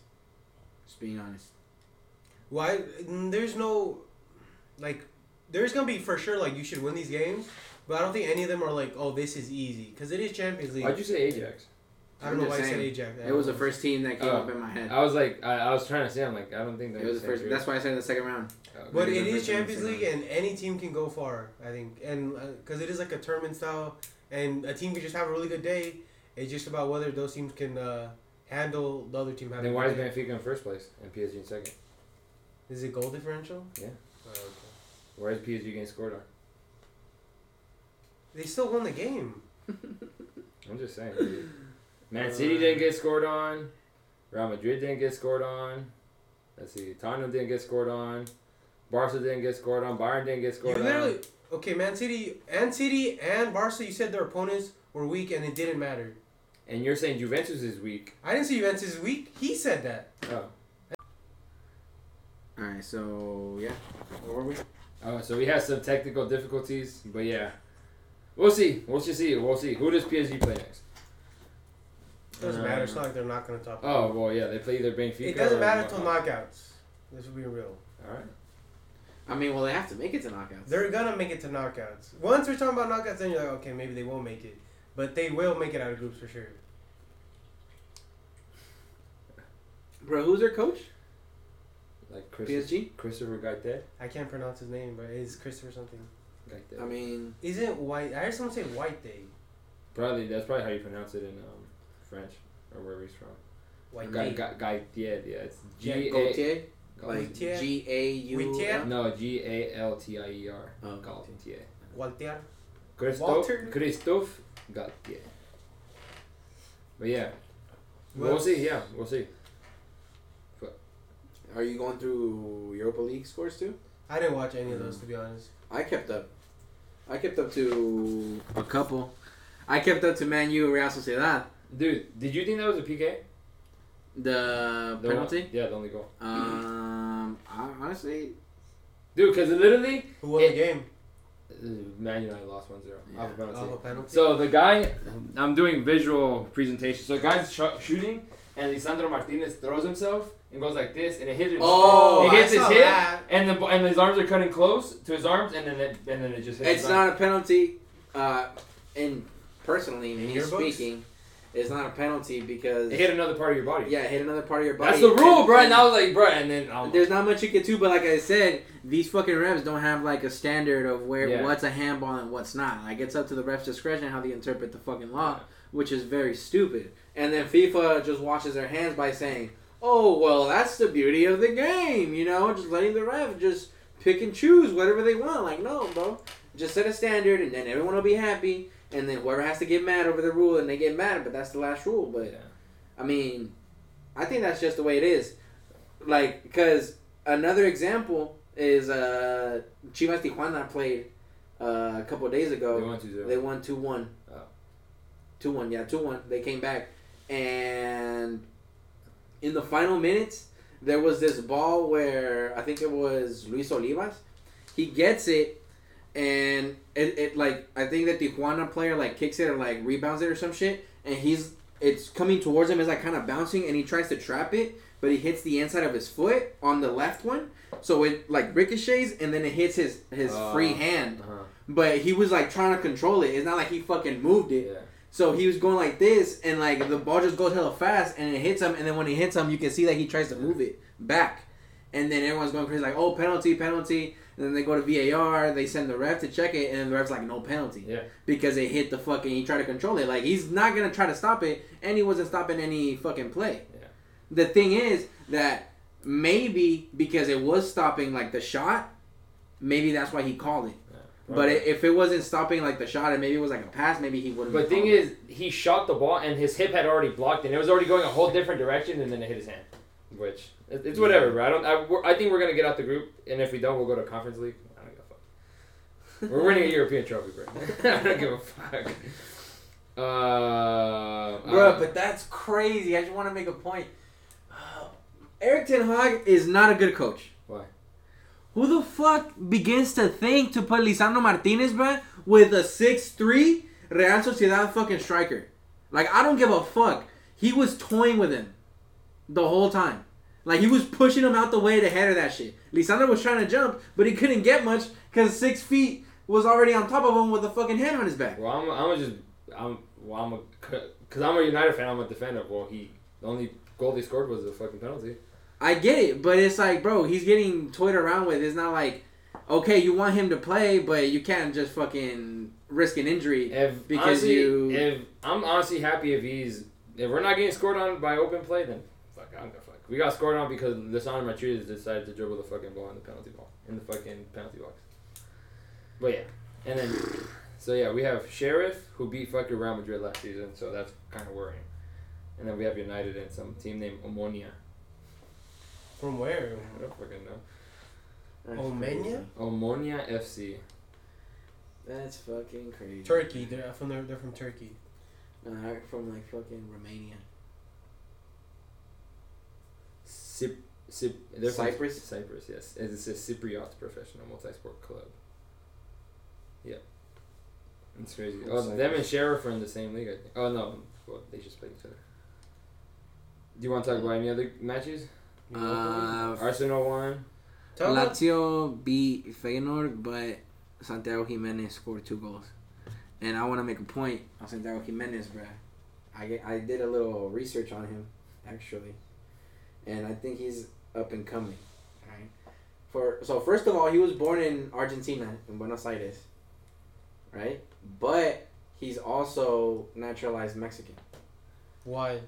Just being honest. Why? mm, There's no, like, there's gonna be for sure like you should win these games, but I don't think any of them are like, oh, this is easy because it is Champions League. Why'd you say Ajax? I don't I'm know why just I said saying. Ajax. It was the first team that came Oh. up in my head. I was like, I, I was trying to say, I'm like, I don't think that It was the Saint first. Germain- That's why I said in the second round. Okay. But it Remember is the Champions Champions League, and any team can go far. I think, and because it is like a tournament style, and a team can just have a really good day. It's just about whether those teams can uh, handle the other team having. then a why good is day. Benfica in first place and PSG in second? Is it goal differential? Yeah. Oh, okay. Where is PSG getting scored on? They still won the game. I'm just saying. dude. Man Uh. City didn't get scored on. Real Madrid didn't get scored on. Let's see, Tottenham didn't get scored on. Barca didn't get scored on. Bayern didn't get You scored literally on. okay, Man City and City and Barca. You said their opponents were weak, and it didn't matter. And you're saying Juventus is weak. I didn't see Juventus is weak. He said that. Oh. All right, so yeah, where were we? Oh, so we had some technical difficulties, but yeah, we'll see. We'll just see. We'll see. Who does PSG play next? doesn't matter. It's Uh, not like they're not going to top. Oh well, yeah, they play either Benfica. it doesn't or matter till Monaco. knockouts. Let's be real. All right. I mean, well, they have to make it to knockouts. They're gonna make it to knockouts. Once we're talking about knockouts, then you're like, okay, maybe they won't make it, but they will make it out of groups for sure. Bro, who's their coach? Like PSG? Christopher Gaite. I can't pronounce his name, but it's Christopher something. Gaite. I mean, Isn't white? I heard someone say White Day. probably that's probably how you pronounce it in um, French or wherever he's from. White Ga- Day. Ga- Gaite. Yeah, it's G Yeah, A. Gaultier, like Gaultier. G A U. Gaultier. L? E E No, G A L T I E R. Oh, Gaultier. Walter. Walter? Christophe. Christophe Gaultier. But yeah, we'll Well- see. Yeah, we'll see. Are you going through Europa League scores too? I didn't Mm. watch any of those to be honest. I kept up. I kept up to a couple. I kept up to Man U and Real Sociedad. Dude, did you think that was a PK? The, The penalty. One, yeah, the only goal. Um, I, honestly, Dude, because literally, Who won It- the game? uh, Man United lost 1 0. Yeah. Off a penalty. Oh, a penalty. So the guy, I'm doing visual presentation. So the guy's sh- shooting, and Lisandro Martinez throws himself and goes like this, and it hits him. Oh, it hits I saw his hip, that. and the bo- and his arms are cutting close to his arms, and then it, and then it just hits. it's his arm. not a penalty. Uh, and personally, In me your books? speaking, it's not a penalty because It hit another part of your body. yeah, it hit another part of your body. That's the rule, And- bro. And I was like, bro, and then I'm There's not much you can do, but like I said, these fucking refs don't have like a standard of where Yeah. what's a handball and what's not. Like it's up to the ref's discretion how they interpret the fucking law, which is very stupid. And then FIFA just washes their hands by saying, "Oh well, that's the beauty of the game," you know, just letting the ref just pick and choose whatever they want. Like no, bro, just set a standard, and then everyone will be happy. And then whoever has to get mad over the rule, and they get mad, but that's the last rule. But Yeah. I mean, I think that's just the way it is. Like, because another example is uh, Chivas Tijuana played uh, a couple days They ago. won 2-0. They won 2 1. Oh. 2 1, yeah, 2 1. They came back. And in the final minutes, there was this ball where I think it was Luis Olivas. He gets it, and it, it like, I think the Tijuana player, like, kicks it or, like, rebounds it or some shit. And he's, it's coming towards him, it's, like, kind of bouncing, and he tries to trap it, but he hits the inside of his foot on the left one. So it, like, ricochets, and then it hits his, his Oh. free hand Uh-huh. but he was like trying to control it. It's not like he fucking moved it. Yeah. So he was going like this, and like the ball just goes hella fast, and it hits him. And then when it hits him, you can see that he tries to move it back, and then everyone's going crazy like, "Oh, penalty, penalty!" And then they go to VAR. They send the ref to check it, and the ref's like, "No penalty," Yeah. because it hit the fucking. He tried to control it. Like he's not gonna try to stop it, and he wasn't stopping any fucking play. Yeah. The thing is that maybe because it was stopping like the shot, maybe that's why he called it. But it, if it wasn't stopping like the shot, and maybe it was like a pass, maybe he wouldn't. But thing is, he shot the ball and his hip had already blocked it. and It was already going a whole different direction, and then it hit his hand. Which it- it's whatever, bro. I don't. I, we're, I think we're gonna get out the group, and if we don't, we'll go to conference league. I don't give a fuck. We're winning a European trophy, bro. I don't give a fuck. um, Uh, bro, but that's crazy. I just want to make a point. Eric Ten Hag is not a good coach. Why? Who the fuck begins to think to put Lisandro Martinez, bro, with a six-three Real Sociedad fucking striker? Like I don't give a fuck. He was toying with him the whole time. Like he was pushing him out the way to header that shit. Lisandro was trying to jump, but he couldn't get much because six feet was already on top of him with a fucking hand on his back. well, I'm, I'm just I'm well, I'm a because I'm a United fan. I'm a defender. Well, he the only goal they scored was a fucking penalty. I get it, but it's like, bro, he's getting toyed around with. It's not like, okay, you want him to play, but you can't just fucking risk an injury. If Because honestly, you- if I'm honestly happy if he's if we're not getting scored on by open play, then fuck, I don't give a fuck. We got scored on because Lisandro Martinez decided to dribble the fucking ball in the penalty ball in the fucking penalty box. But yeah, and then so yeah, we have Sheriff who beat fucking Real Madrid last season, so that's kind of worrying. And then we have United and some team named Omonia. From where? I don't fucking know. Omenia? Omonia FC. That's fucking crazy. Turkey. They're from they're, they're from Turkey. Uh, from like fucking Romania. Cyp- Cyp- they're from Cyprus? Cyprus, yes. And It's a Cypriot professional multisport club. Yeah. It's crazy. From Oh, them and Cyprus. Sheriff are in the same league, I think. Oh, no. Well, they just played each other. Do you want to talk about any other matches? You know them? Uh, Arsenal won. Tell them. Lazio beat Feyenoord, but Santiago Jimenez scored two goals. And I want to make a point on Santiago Jimenez, bruh. I, get- I did a little research on him, actually. And I think he's up and coming. Alright. For So, first of all, he was born in Argentina, in Buenos Aires. Right? But he's also naturalized Mexican Why?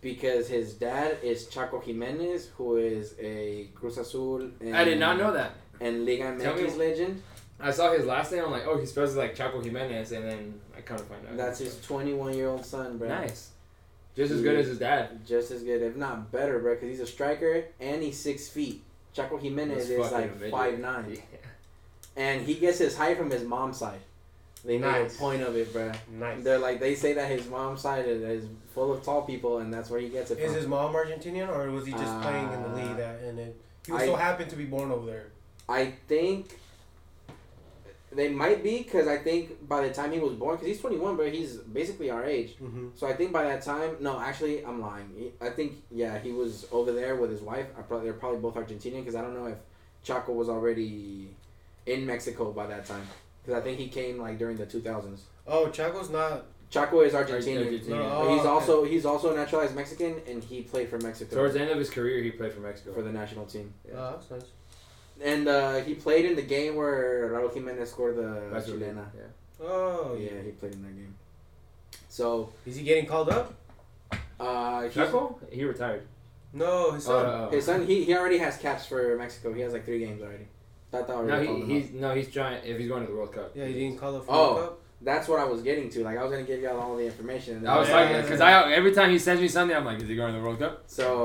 because his dad is Chaco Jimenez, who is a Cruz Azul. And I did not know that. and Liga Tell me- MX legend. I saw his last name. I'm like, oh, he spells it like Chaco Jimenez, and then I come to find out. That's his 21 year old son, bro. Nice. Just as good as his dad. Just as good, if not better, bro, because he's a striker and he's six feet. Chaco Jimenez That's is fucking like amazing. five nine, Yeah. and he gets his height from his mom's side, They made Nice. a point of it, bruh. Nice. They're like they say that his mom's side is, is full of tall people, and that's where he gets it Is from. his mom Argentinian or was he just playing in the Ah. Uh, league that and it, he was I- so happened to be born over there? I think they might be because I think by the time he was born, because he's twenty one, but he's basically our age. Mm-hmm. So I think by that time, no, actually, I'm lying. He- I think yeah, he was over there with his wife. I probably they're probably both Argentinian because I don't know if Chaco was already in Mexico by that time because I think he came like during the 2000s. Oh, Chaco's not. Chaco is Argentinian. Argentinian. No, but oh, he's okay. also he's also a naturalized Mexican, and he played for Mexico Towards the end of his career, he played for Mexico. for the national team. Yeah. Oh, that's nice. And uh, he played in the game where Raul Jimenez scored the That's what- chilena. Yeah. Oh Oh yeah, he played in that game. So Is he getting called up? uh, he's- Chaco? He retired. No, his Oh, son. oh, oh. his son he, he already has caps for Mexico. He has like three games already. Tata already No, called him he, up. he's no, he's trying. If he's going to the World Cup, yeah, he didn't call up for Oh. the cup. That's what I was getting to. Like I was gonna give y'all all the information. And then I was Yeah. like, because I every time he sends me something, I'm like, is he going to the World Cup? So,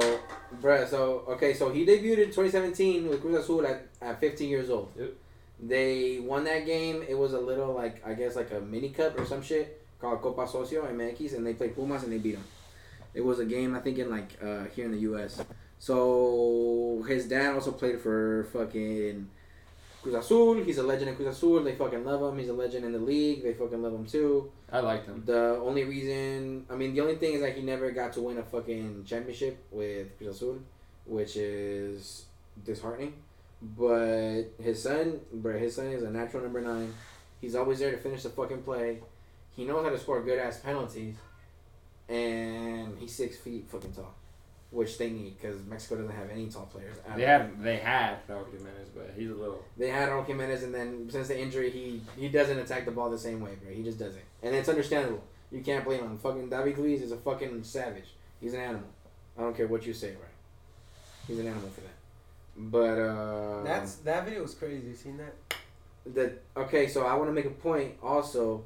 bruh, so okay, so he debuted in 2017 with Cruz Azul at, at 15 years old. Yep. They won that game. It was a little like I guess like a mini cup or some shit called Copa Socio and Yankees, and they played Pumas and they beat them. It was a game I think in like uh, here in the U.S. So his dad also played for fucking Cruz Azul. He's a legend in Cruz Azul. They fucking love him. He's a legend in the league. They fucking love him too. I liked him. The only reason, I mean, the only thing is that he never got to win a fucking championship with Cruz Azul, which is disheartening. But his son, bro, his son is a natural number nine. He's always there to finish the fucking play. He knows how to score good ass penalties, and he's six feet fucking tall, which they need because Mexico doesn't have any tall players. at They all. have they had Raul Jimenez, but he's a little. They had Raul Jimenez, and then since the injury, he he doesn't attack the ball the same way, bro. He just doesn't, and it's understandable. You can't blame him. Fucking David Luiz is a fucking savage. He's an animal. I don't care what you say, bro. He's an animal for that. But uh, That's that video was crazy. You seen that? the okay. So I want to make a point. Also,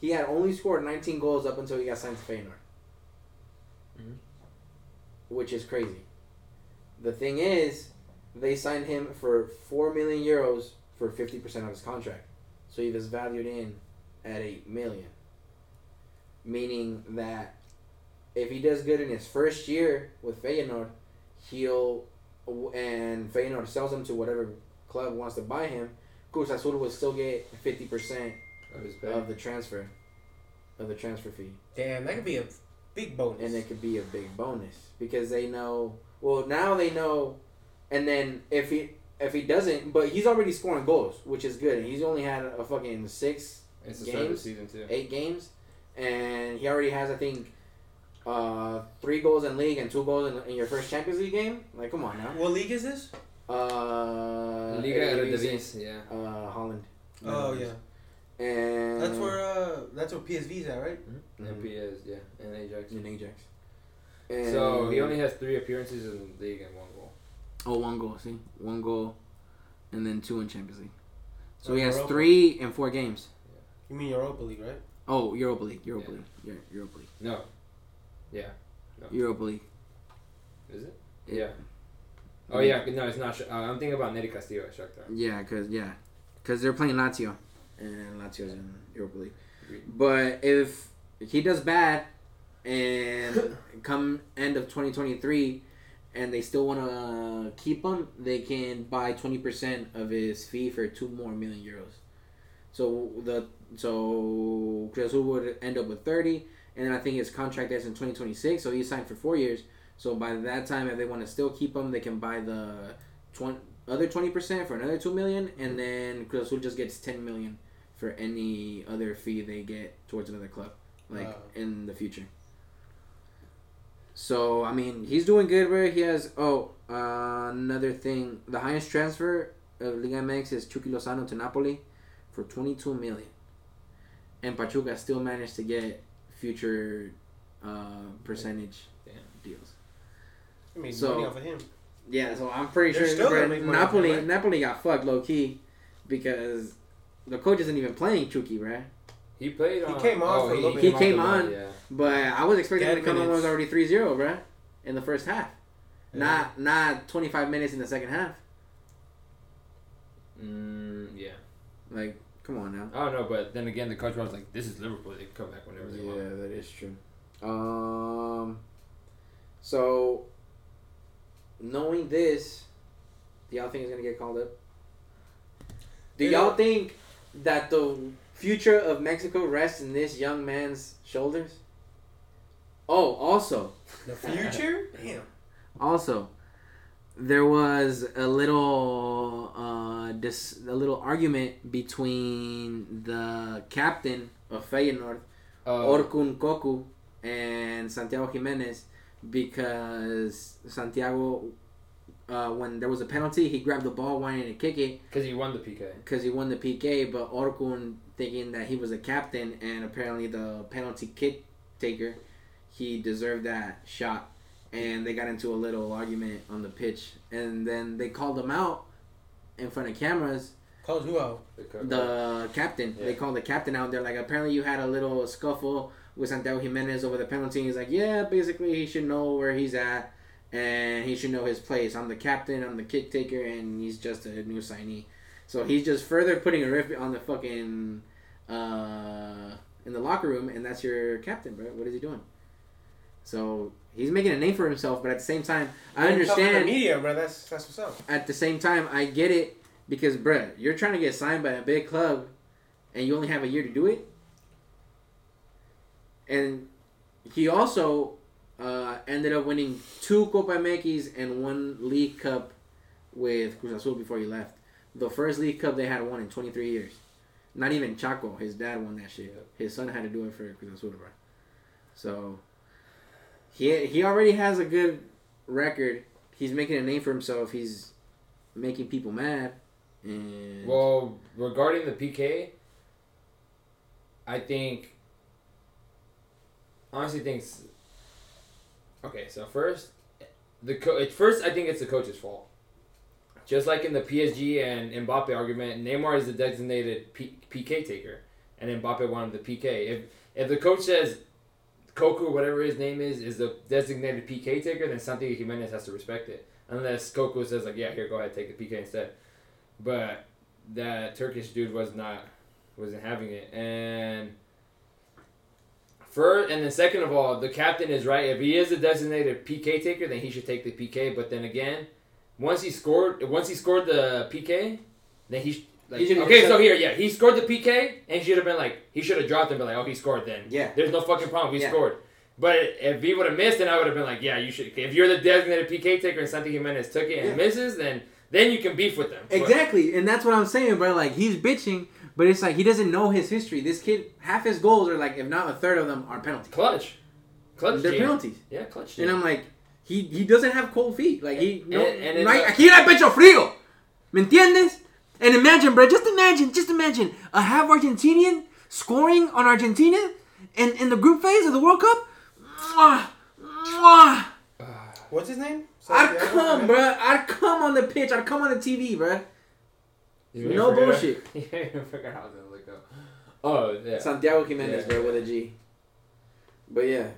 he had only scored 19 goals up until he got signed to Feyenoord, Mhm. which is crazy. The thing is, they signed him for four million euros for 50 percent of his contract, so he was valued in at eight million. Meaning that if he does good in his first year with Feyenoord, he'll and Feyenoord sells him to whatever club wants to buy him. Cruz Azul would still get fifty percent Of his pay. of the transfer, of the transfer fee, Damn, that could be a big bonus. and it could be a big bonus because they know. Well, now they know, and then if he if he doesn't, but he's already scoring goals, which is good. And he's only had a fucking six, it's the start of the games? season too. eight games, and he already has I think, uh, three goals in league and two goals in, in your first Champions League game. Like, come on now. what league is this? Uh, Liga Eredivisie, Eredivisie, yeah. uh, Holland. Oh yeah, And that's where uh, that's where PSV's at, right? Mm-hmm. Mhm. MPS, yeah, and Ajax. in Ajax. And So he only has three appearances in the league and one goal. oh one goal, see one goal, and then two in Champions League. So he Uh, Oh, has Europa. three and four games. You mean Europa League, right? Oh Europa League, Europa Yeah. League, yeah, Europa League, No, Europa League. is it? Yeah. Oh Mm-hmm. yeah, no, it's not. Sh- Uh, I'm thinking about Neri Castillo at Shakhtar. yeah, cause yeah, cause they're playing Lazio, and Lazio's in Europa League. Agreed. But if he does bad, and come end of twenty twenty three. And they still want to keep him. They can buy twenty percent of his fee for two more million euros. So the so Cruz Azul would end up with thirty, and then I think his contract ends in twenty twenty six. So he signed for four years. So by that time, if they want to still keep him, they can buy the twenty other twenty percent for another two million, and then Cruz Azul just gets ten million for any other fee they get towards another club, like Wow. in the future. So I mean, he's doing good. Where he has oh uh, another thing, the highest transfer of Liga MX is Chucky Lozano to Napoli for 22 million. And Pachuca still managed to get future uh, percentage Damn. deals. I mean, So- money off of him. Yeah, so I'm pretty They're still sure gonna but make money off Napoli him, right? Napoli got fucked low key because the coach isn't even playing Chucky, right? He played. He on- came on oh, for a little bit. He off came the on. line, Yeah. But I was expecting Dead him to come in when it minutes. was already 3-0, bruh, in the first half. Yeah. Not not 25 minutes in the second half. Mm, yeah. Like Come on now. I don't know, but then again, the coach was like, "This is Liverpool. They can come back whenever they yeah, want." that is true. Um, so knowing this, do y'all think it's gonna get called up? Do Yeah. y'all think that the future of Mexico rests in this young man's shoulders? Oh, also, The future? Damn. also, there was a little uh, dis- a little argument between the captain of Feyenoord Uh, Orkun Koku and Santiago Jimenez because Santiago, uh, when there was a penalty, he grabbed the ball wanting to kick it Because he won the PK. because he won the PK, but Orkun thinking that he was a captain and apparently the penalty kick taker, he deserved that shot. And they got into a little argument on the pitch, and then they called him out in front of cameras Called who out? The, co- the captain. They Yeah. called the captain out there. Like apparently you had a little scuffle with Santiago Jimenez over the penalty. He's like, yeah, basically he should know where he's at, and he should know his place. I'm the captain. I'm the kick taker, and he's just a new signee. So he's just further putting a riff on the fucking uh, in the locker room, and that's your captain, bro. What is he doing? So he's making a name for himself, but at the same time, I Didn't come from understand The media, bro. That's that's what's up. at the same time, I get it because, bruh, you're trying to get signed by a big club and you only have a year to do it. And he also uh, ended up winning two Copa MX and one League Cup with Cruz Azul before he left. The first League Cup they had won in 23 years. Not even Chaco, his dad won that shit. His son had to do it for Cruz Azul, bro. So he he already has a good record. He's making a name for himself. He's making people mad. And Well, regarding the PK, I think honestly thinks okay. So first, the co- at first I think it's the coach's fault. Just like in the PSG and Mbappe argument, Neymar is the designated P- PK taker, and Mbappe wanted the PK. If if the coach says Koku, whatever his name is, is the designated PK taker, then Santiago Jimenez has to respect it. Unless Koku says like, yeah, here, go ahead, take the PK instead. But that Turkish dude was not wasn't having it and first and then second of all the captain is right if he is a designated PK taker then he should take the PK but then again once he scored onsh he scored the PK then he sh- like, He should've okay accept- so Oh, here yeah he scored the PK and he should have been like he should have dropped him but like oh he scored then Yeah. there's no fucking problem he Yeah. scored but if he would have missed then I would have been like yeah you should if you're the designated PK taker and Santi Jimenez took it and Yeah. misses then then you can beef with them But- Exactly, and that's what I'm saying, bro. Like he's bitching, but it's like he doesn't know his history. This kid, half his goals are like, if not a third of them, are penalties. Clutch. Clutch. They're team. penalties, Yeah, clutch. and team. I'm like, he he doesn't have cold feet. Like he no, And- and no hay, it's a- aquí no hay pecho frío, ¿me entiendes? And imagine, bro, just imagine, just imagine a half Argentinian scoring on Argentina in in the group phase of the World Cup. Mwah, mwah. What's his name? I'd Santiago, come, right? bro. I'd come on the pitch. I'd come on the TV, bro. You didn't no forget- bullshit. you didn't forget how I was gonna look up. Oh yeah. Santiago Jimenez, Yeah. bro, with a G. But yeah,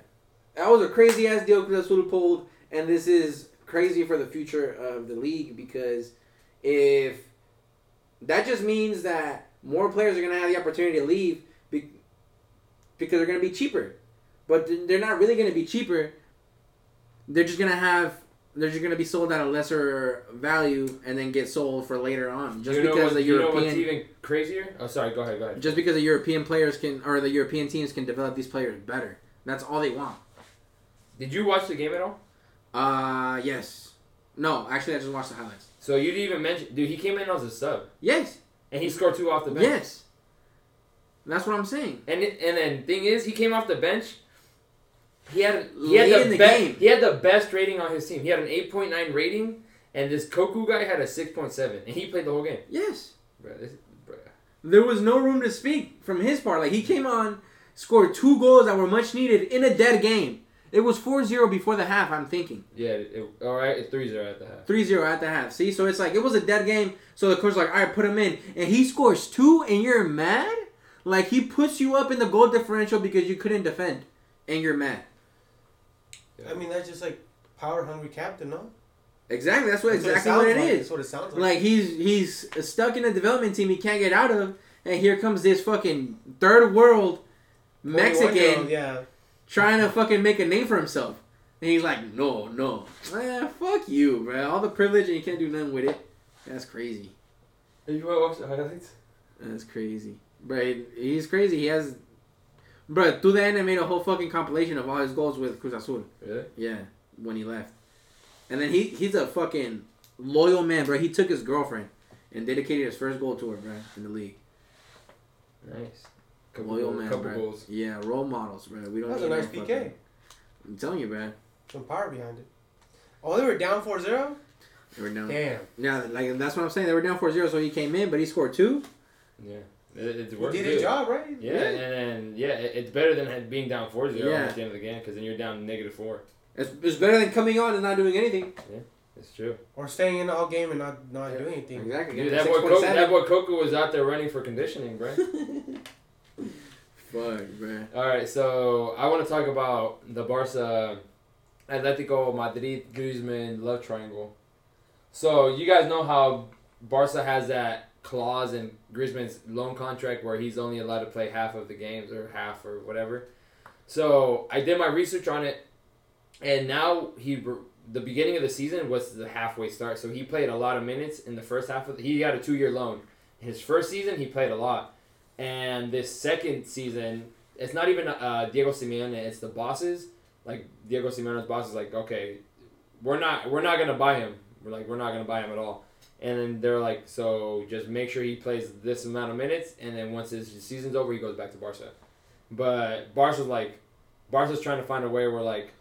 that was a crazy ass deal Cruz Azul pulled, and this is crazy for the future of the league because if that just means that more players are gonna have the opportunity to leave be- because they're gonna be cheaper, but th- they're not really gonna be cheaper. They're just gonna have. They're just gonna be sold at a lesser value and then get sold for later on. Just you know because what, the you European know what's even crazier? Oh, sorry. Go ahead. Go ahead. just because the European players can or the European teams can develop these players better. That's all they want. Did you watch the game at all? Uh yes. No, actually I just watched the highlights. So you didn't even mention, dude. He came in as a sub, Yes. and he scored two off the bench. Yes. That's what I'm saying. And it, and then thing is, he came off the bench. He had he Late had in the the, be- game. he had the best rating on his team. He had an eight point nine rating, and this Koku guy had a six point seven, and he played the whole game. Yes. Bro, this, bro. There was no room to speak from his part. Like he came on, scored two goals that were much needed in a dead game. It was 4-0 before the half, I'm thinking. Yeah. It, all right. It's three zero at the half. 3-0 at the half. See, so it's like it was a dead game. So the coach like, all right, put him in, and he scores two, and you're mad. Like he puts you up in the goal differential because you couldn't defend, and you're mad. I mean, that's just like power hungry captain, no? Exactly. That's what That's exactly sounds what it like. is. That's what it sounds like. Like he's he's stuck in a development team he can't get out of, and here comes this fucking third world Mexican Mexican. Yeah. trying to fucking make a name for himself. And he's like, no, no. Man, fuck you, bro. All the privilege and you can't do nothing with it. That's crazy. Have you watched the highlights? That's crazy. Bro, he's crazy. He has. Bro, Tudane made a whole fucking compilation of all his goals with Cruz Azul. Really? Yeah, when he left. And then he he's a fucking loyal man, bro. He took his girlfriend and dedicated his first goal to her, bro, in the league. Nice. loyal man, couple bro. goals. Yeah, role models, bro. We don't That was a need nice no PK. fucking- I'm telling you, bro. Some power behind it. Oh, they were down 4-0? They were Mm-hmm. down. Damn. Yeah, like that's what I'm saying. They were down 4-0, so he came in, but he scored two. Yeah. It, it He worked. did good. his job, right? Yeah, and then yeah, it, it's better than had- being down 4-0 Yeah. at the end of the game because then you're down negative four. It's, it's better than coming on and not doing anything. It's true. Or staying in all game and not, not Yeah. doing anything. Exactly. Dude, that boy, Coco, that boy Coco was out there running for conditioning, bro. Fuck, bro. All right, so I want to talk about the Barca, Atletico Madrid, Griezmann love triangle. So you guys know how Barca has that clause in Griezmann's loan contract where he's only allowed to play half of the games or half or whatever. So I did my research on it, and now he the beginning of the season was the halfway start. So he played a lot of minutes in the first half of. He got a two year loan. His first season he played a lot, and this second season it's not even uh, Diego Simeone. It's the bosses. Like Diego Simeone's boss is like, okay, we're not we're not gonna buy him. We're like we're not gonna buy him at all. And then they're like, so just make sure he plays this amount of minutes, and then once his season's over, he goes back to Barca. But Barca's like, Barca's trying to find a way where like,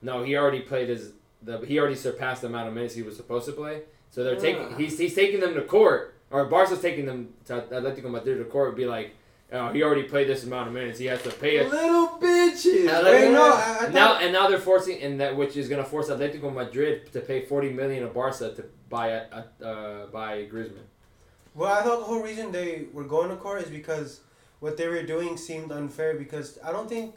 no, he already played his the he already surpassed the amount of minutes he was supposed to play. So they're taking Ah. he's he's taking them to court, or Barca's taking them to Atletico Madrid to court. Be like, oh, he already played this amount of minutes. He has to pay us Little bitches. Now, bro. Wait, no, I, I now thought... and now they're forcing and that which is gonna force Atletico Madrid to pay forty million to Barca to buy a, a uh, buy Griezmann. Well, I thought the whole reason they were going to court is because what they were doing seemed unfair because I don't think...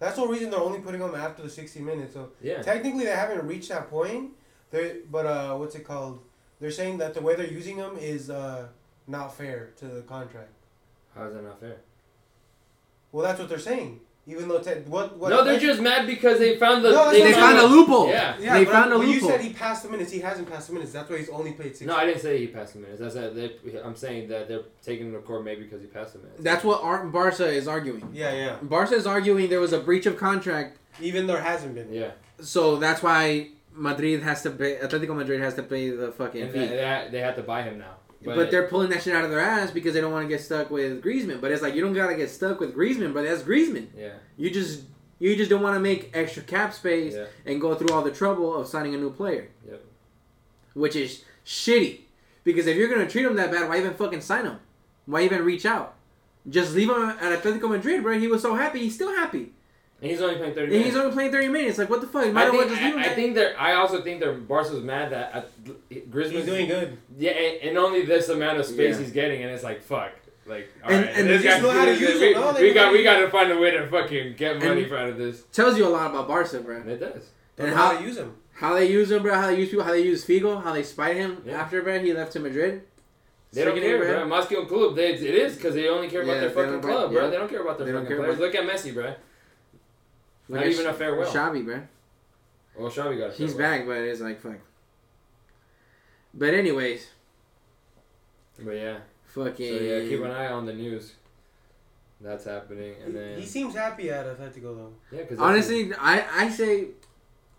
That's the reason they're only putting them after the 60 minutes. So Yeah, Technically, they haven't reached that point. They but uh, what's it called? They're saying that the way they're using them is uh, not fair to the contract. how is that not fair? Well, that's what they're saying. Even though te- what what no, they're just mad because they found the No, no, They found a no. loophole. Yeah. yeah. they but found a well, you loophole. said he passed the minutes. He hasn't passed the minutes. That's why he's only played six. No, I didn't say he passed the minutes. I said they, I'm saying that they're taking him to court maybe because he passed the minutes. That's what Ar- Barca is arguing. Yeah, yeah. Barca is arguing there was a breach of contract, Even there hasn't been. Yeah, so that's why Madrid has to pay. Atletico Madrid has to pay the fucking and fee. that, that, they have to buy him now. But, they're pulling that shit out of their ass because they don't want to get stuck with Griezmann. But it's like you don't gotta get stuck with Griezmann, but that's Griezmann. yeah, You just you just don't want to make extra cap space yeah, and go through all the trouble of signing a new player. Yep. Which is shitty because if you're gonna treat him that bad, why even fucking sign him? Why even reach out? Just leave him at Atletico Madrid, bro. He was so happy. He's still happy. and he's only playing thirty. And minutes. he's only playing 30 minutes. Like, what the fuck? You Might I as well think, just leave him I, I there. think they're. I also think they're Barca's mad that uh, Griezmann's He's doing good. Yeah, and, and only this amount of space Yeah. he's getting, and it's like fuck. Like, all right, And- and this they just guy's- know how to use we, it, no? They we know got how we to- got to find a way to fucking get money And- out of this. Tells you a lot about Barca, bro. And it does. Don't know And how how- to use him? How they use him, bro. How they use people. How they use Figo. How they spite him Yeah. after, bro. He left to Madrid. They don't Freaking A, care, bro. Moscow club, they, it is because they only care about Yeah, their they fucking don't care- club, bro. yeah. They don't care about their They don't fucking care players. Look at Messi, bro. Look Not at even a farewell. Xavi, bro. well, Xavi got. a He's farewell. back, but it's like fuck. But anyways, But yeah, so fucking. yeah, keep an eye on the news. That's happening, and then He, he seems happy at Atletico though. yeah, because Honestly, I I say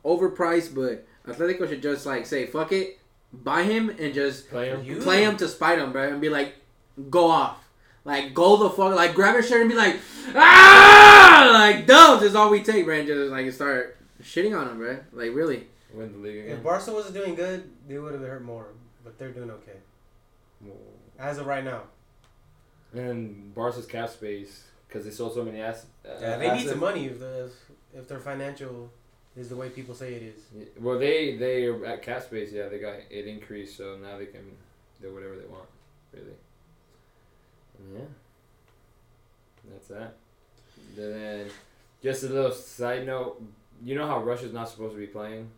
overpriced, but Atletico should just like say fuck it, buy him and just play him. You- play him to spite him, bro, and be like, go off, like go the fuck, like grab his shirt and be like, ah, like dubs is all we take, bro, and just like start shitting on him, bro, like really. Win the league If again. Barca wasn't doing good, they would have hurt more. But they're doing okay as of right now. And Barca's cap space because they sold so many ass- uh, assets. Yeah, they need some money if, the, if, if their financial is the way people say it is. Yeah, Well, they they are at cap space. Yeah, they got it increased, so now they can do whatever they want, really. And yeah, that's that. And then, just a little side note. You know how Russia's not supposed to be playing,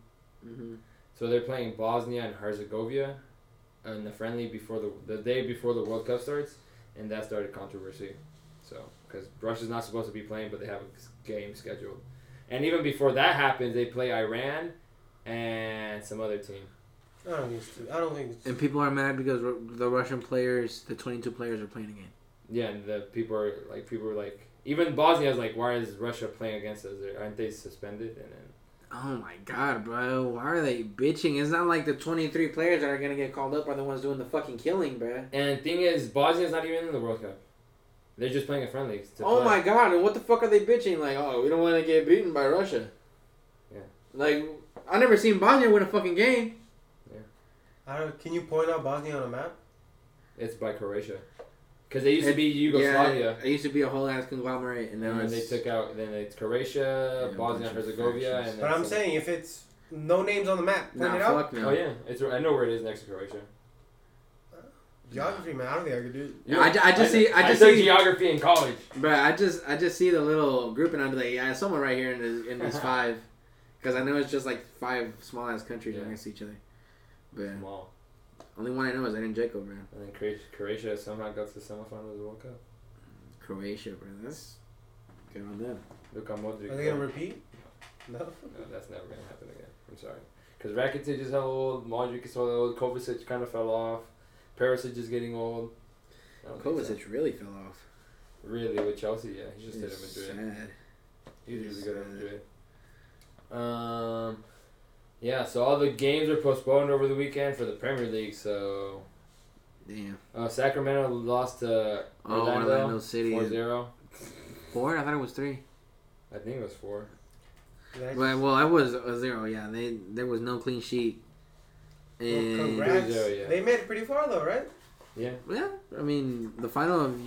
hmm so they're playing Bosnia and Herzegovina, in the friendly before the the day before the World Cup starts, and that started controversy. So because Russia's not supposed to be playing, but they have a s- game scheduled, and even before that happens, they play Iran and some other team. I don't think it's too. I don't think it's. And people are mad because Ru- the Russian players, the 22 players, are playing again. Yeah, and the people are like people are like even Bosnia's like, why is Russia playing against us? Aren't they suspended? And then Oh my god, bro! Why are they bitching? It's not like the 23 players that are gonna get called up are the ones doing the fucking killing, bro. and thing is, Bosnia's not even in the World Cup. They're just playing a friendly. to Oh play. my god! And what the fuck are they bitching? Like, oh, we don't want to get beaten by Russia. Yeah. Like, I never seen Bosnia win a fucking game. I don't. Can you point out Bosnia on a map? It's by Croatia, because they used It- to be Yugoslavia. Yeah, it used to be a whole ass conglomerate, and And now then they it's- took out then it's Croatia, Yeah, a Bosnia bunch of Herzegovina, factions. and But then I'm some- saying if it's no names on the map, point Nah, it out. fuck no. Oh yeah, it's I know where it is next to Croatia. Geography, man. I don't think I could do. Yeah, I ju- I just see- I just took see- geography in college. But I just I just see the little group and I'm like, yeah, someone right here in this, in these five, because I know it's just like five small ass countries Yeah. against each other. But Small. only one I know is Edin Dzeko, bro. And then Croatia, Croatia somehow got to the semifinals of the World Cup. Croatia, bro. That's good on them. Luka Modric. Are they gonna repeat? No. No, that's never gonna happen again. I'm sorry. Because Rakitic is old, Modric is old, Kovacic kind of fell off, Perisic is getting old. I don't think so. Kovacic really fell off. Really, with Chelsea, yeah, he just did It's at Madrid. sad. He's really He's, good uh, at Madrid. Um, yeah, so all the games are postponed over the weekend for the Premier League. So Damn. uh, Sacramento lost to Oh, Orlando, Orlando City. 4-0. Four? I thought it was three. I think it was four. That's- But, well, I was a zero. Yeah, they there was no clean sheet. Well, And congrats. Brazil, yeah. They made it pretty far though, right? Yeah, I mean the final of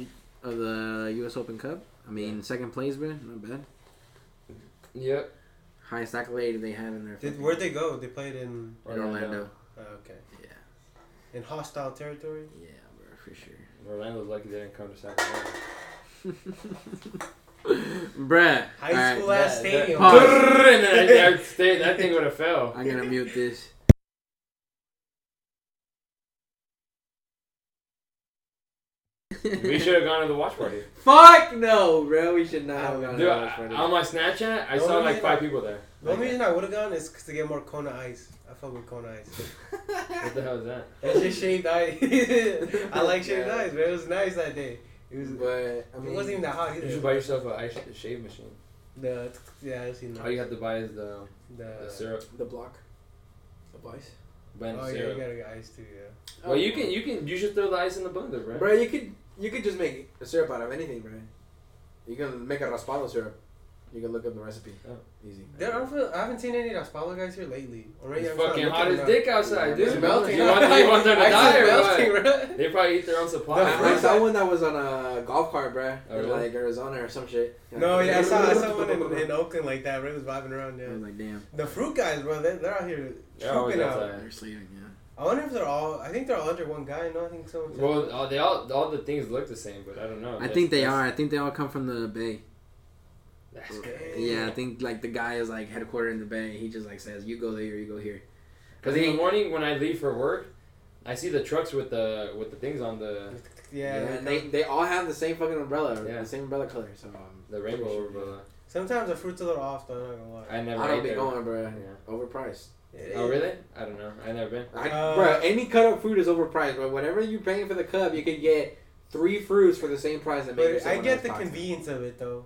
of the U.S. Open Cup. I mean second place, bro. Not bad. Yep. Highest accolade they had in their. Did fucking- where'd they go? They played in. In Orlando. Uh, okay. Yeah. In hostile territory. Yeah, bro, for sure. Orlando's lucky they didn't come to Sacramento. Bruh. High All right, school ass That- stadium. Pause. Brrrr, and then that, that, sta- that thing would have fell. I'm gonna mute this. We should have gone to the watch party. Fuck no, bro. We should not have gone to Dude, the I- watch party. on my Snapchat, I The saw only like reason five I- people there. The only reason I would have gone is 'cause to get more Kona ice. I fuck with Kona ice. What the hell is that? It's just shaved ice. I like shaved ice, man. It was nice that day. It was. But I mean, it wasn't even that hot either. You should buy yourself a ice a shave machine. the, yeah, I seen that. All you have to buy is the, Oh, the, the syrup. the block of ice. Blend Oh the yeah, syrup. you gotta get ice too. Yeah. Well, you can, you can, you should throw the ice in the blender, bro. Bro, you could you could just make a syrup out of anything, bro. You can make a raspado syrup. You can look up the recipe. Oh. Easy. There, I, don't feel, I haven't seen any Raspalo guys here lately. Already, It's I'm starting fucking to hot look as at them dick outside, dude. It's melting. You want, you want them to now. Ice die is or melting, what? right? They probably eat their own supply. The I first- saw one that was on a golf cart, bruh, Oh, in really? like Arizona or some shit. No, yeah, I saw, I saw one in, in Oakland like that. Ray was vibing around, I yeah. was like, damn, The fruit guys, bro, they're, they're out here They're always trooping out. outside. they're sleeping. Yeah. I wonder if they're all. I think they're all under one guy. No, I think so. Well, all, they all, all the things look the same, but I don't know. I think they That's- are. I think they all come from the Bay. That's Yeah, I think like the guy is like headquartered in the Bay. He just like says, "You go there, you go here." Because in the morning when I leave for work, I see the trucks with the with the things on the yeah. Yeah, they and they, come- they all have the same fucking umbrella, Yeah. the same umbrella color. So um, the rainbow. umbrella. sometimes the fruit's a little off, though. I'm not gonna lie. I never. I don't ate be there. going, bro. Yeah. Overpriced. It Oh is. really? I don't know. I never been. I, Uh, bro, any cut up fruit is overpriced, bro. Whatever you're paying for the cup, you could get three fruits for the same price. That make But I get the convenience convenience. of it, though.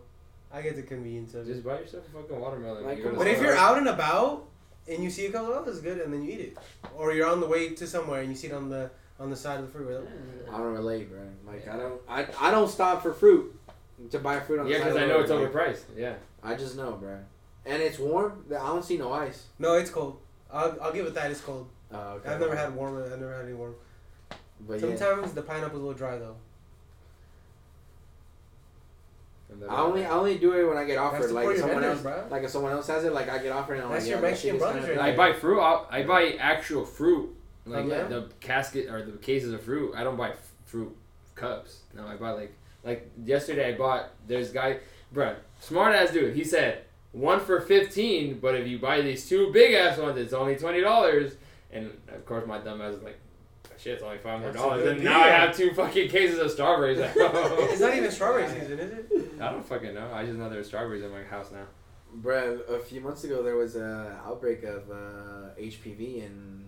I get the convenience of it. Just buy yourself a fucking watermelon. Like, You go to come But if the- you're out and about and you see a couple of those good, and then you eat it, or you're on the way to somewhere and you see it on the on the side of the freeway, I I don't relate, bro. Like Yeah. I don't, I, I don't stop for fruit to buy fruit on yeah, the side because of I the know road, it's like, overpriced. Yeah. I just know, bro. And it's warm. I don't see no ice. no, it's cold. I'll, I'll give it that. It's cold. Uh, okay. I've never had warm. I've never had any warm. But yeah, Sometimes the pineapple's a little dry though. And I only, I only do it when I get That's offered. the Like point if of someone vendors, else, bro. like if someone else has it, like I get offered. And I'm That's like, your yeah, that Mexican shit is brothers kinda- right I buy fruit. I'll, I buy actual fruit, like Oh, yeah? the casket or the cases of fruit. I don't buy f- fruit cups. No, I buy like like yesterday. I bought there's guy, bruh, smart ass dude. He said one for fifteen, but if you buy these two big ass ones, it's only twenty dollars. And of course, my dumb ass is like, shit, it's only five more That's a dollars. good And now I deal. have two fucking cases of strawberries at home. It's not even strawberry season, is it? I don't fucking know. I just know there's strawberries in my house now. Bruh, a few months ago there was a outbreak of uh, HPV in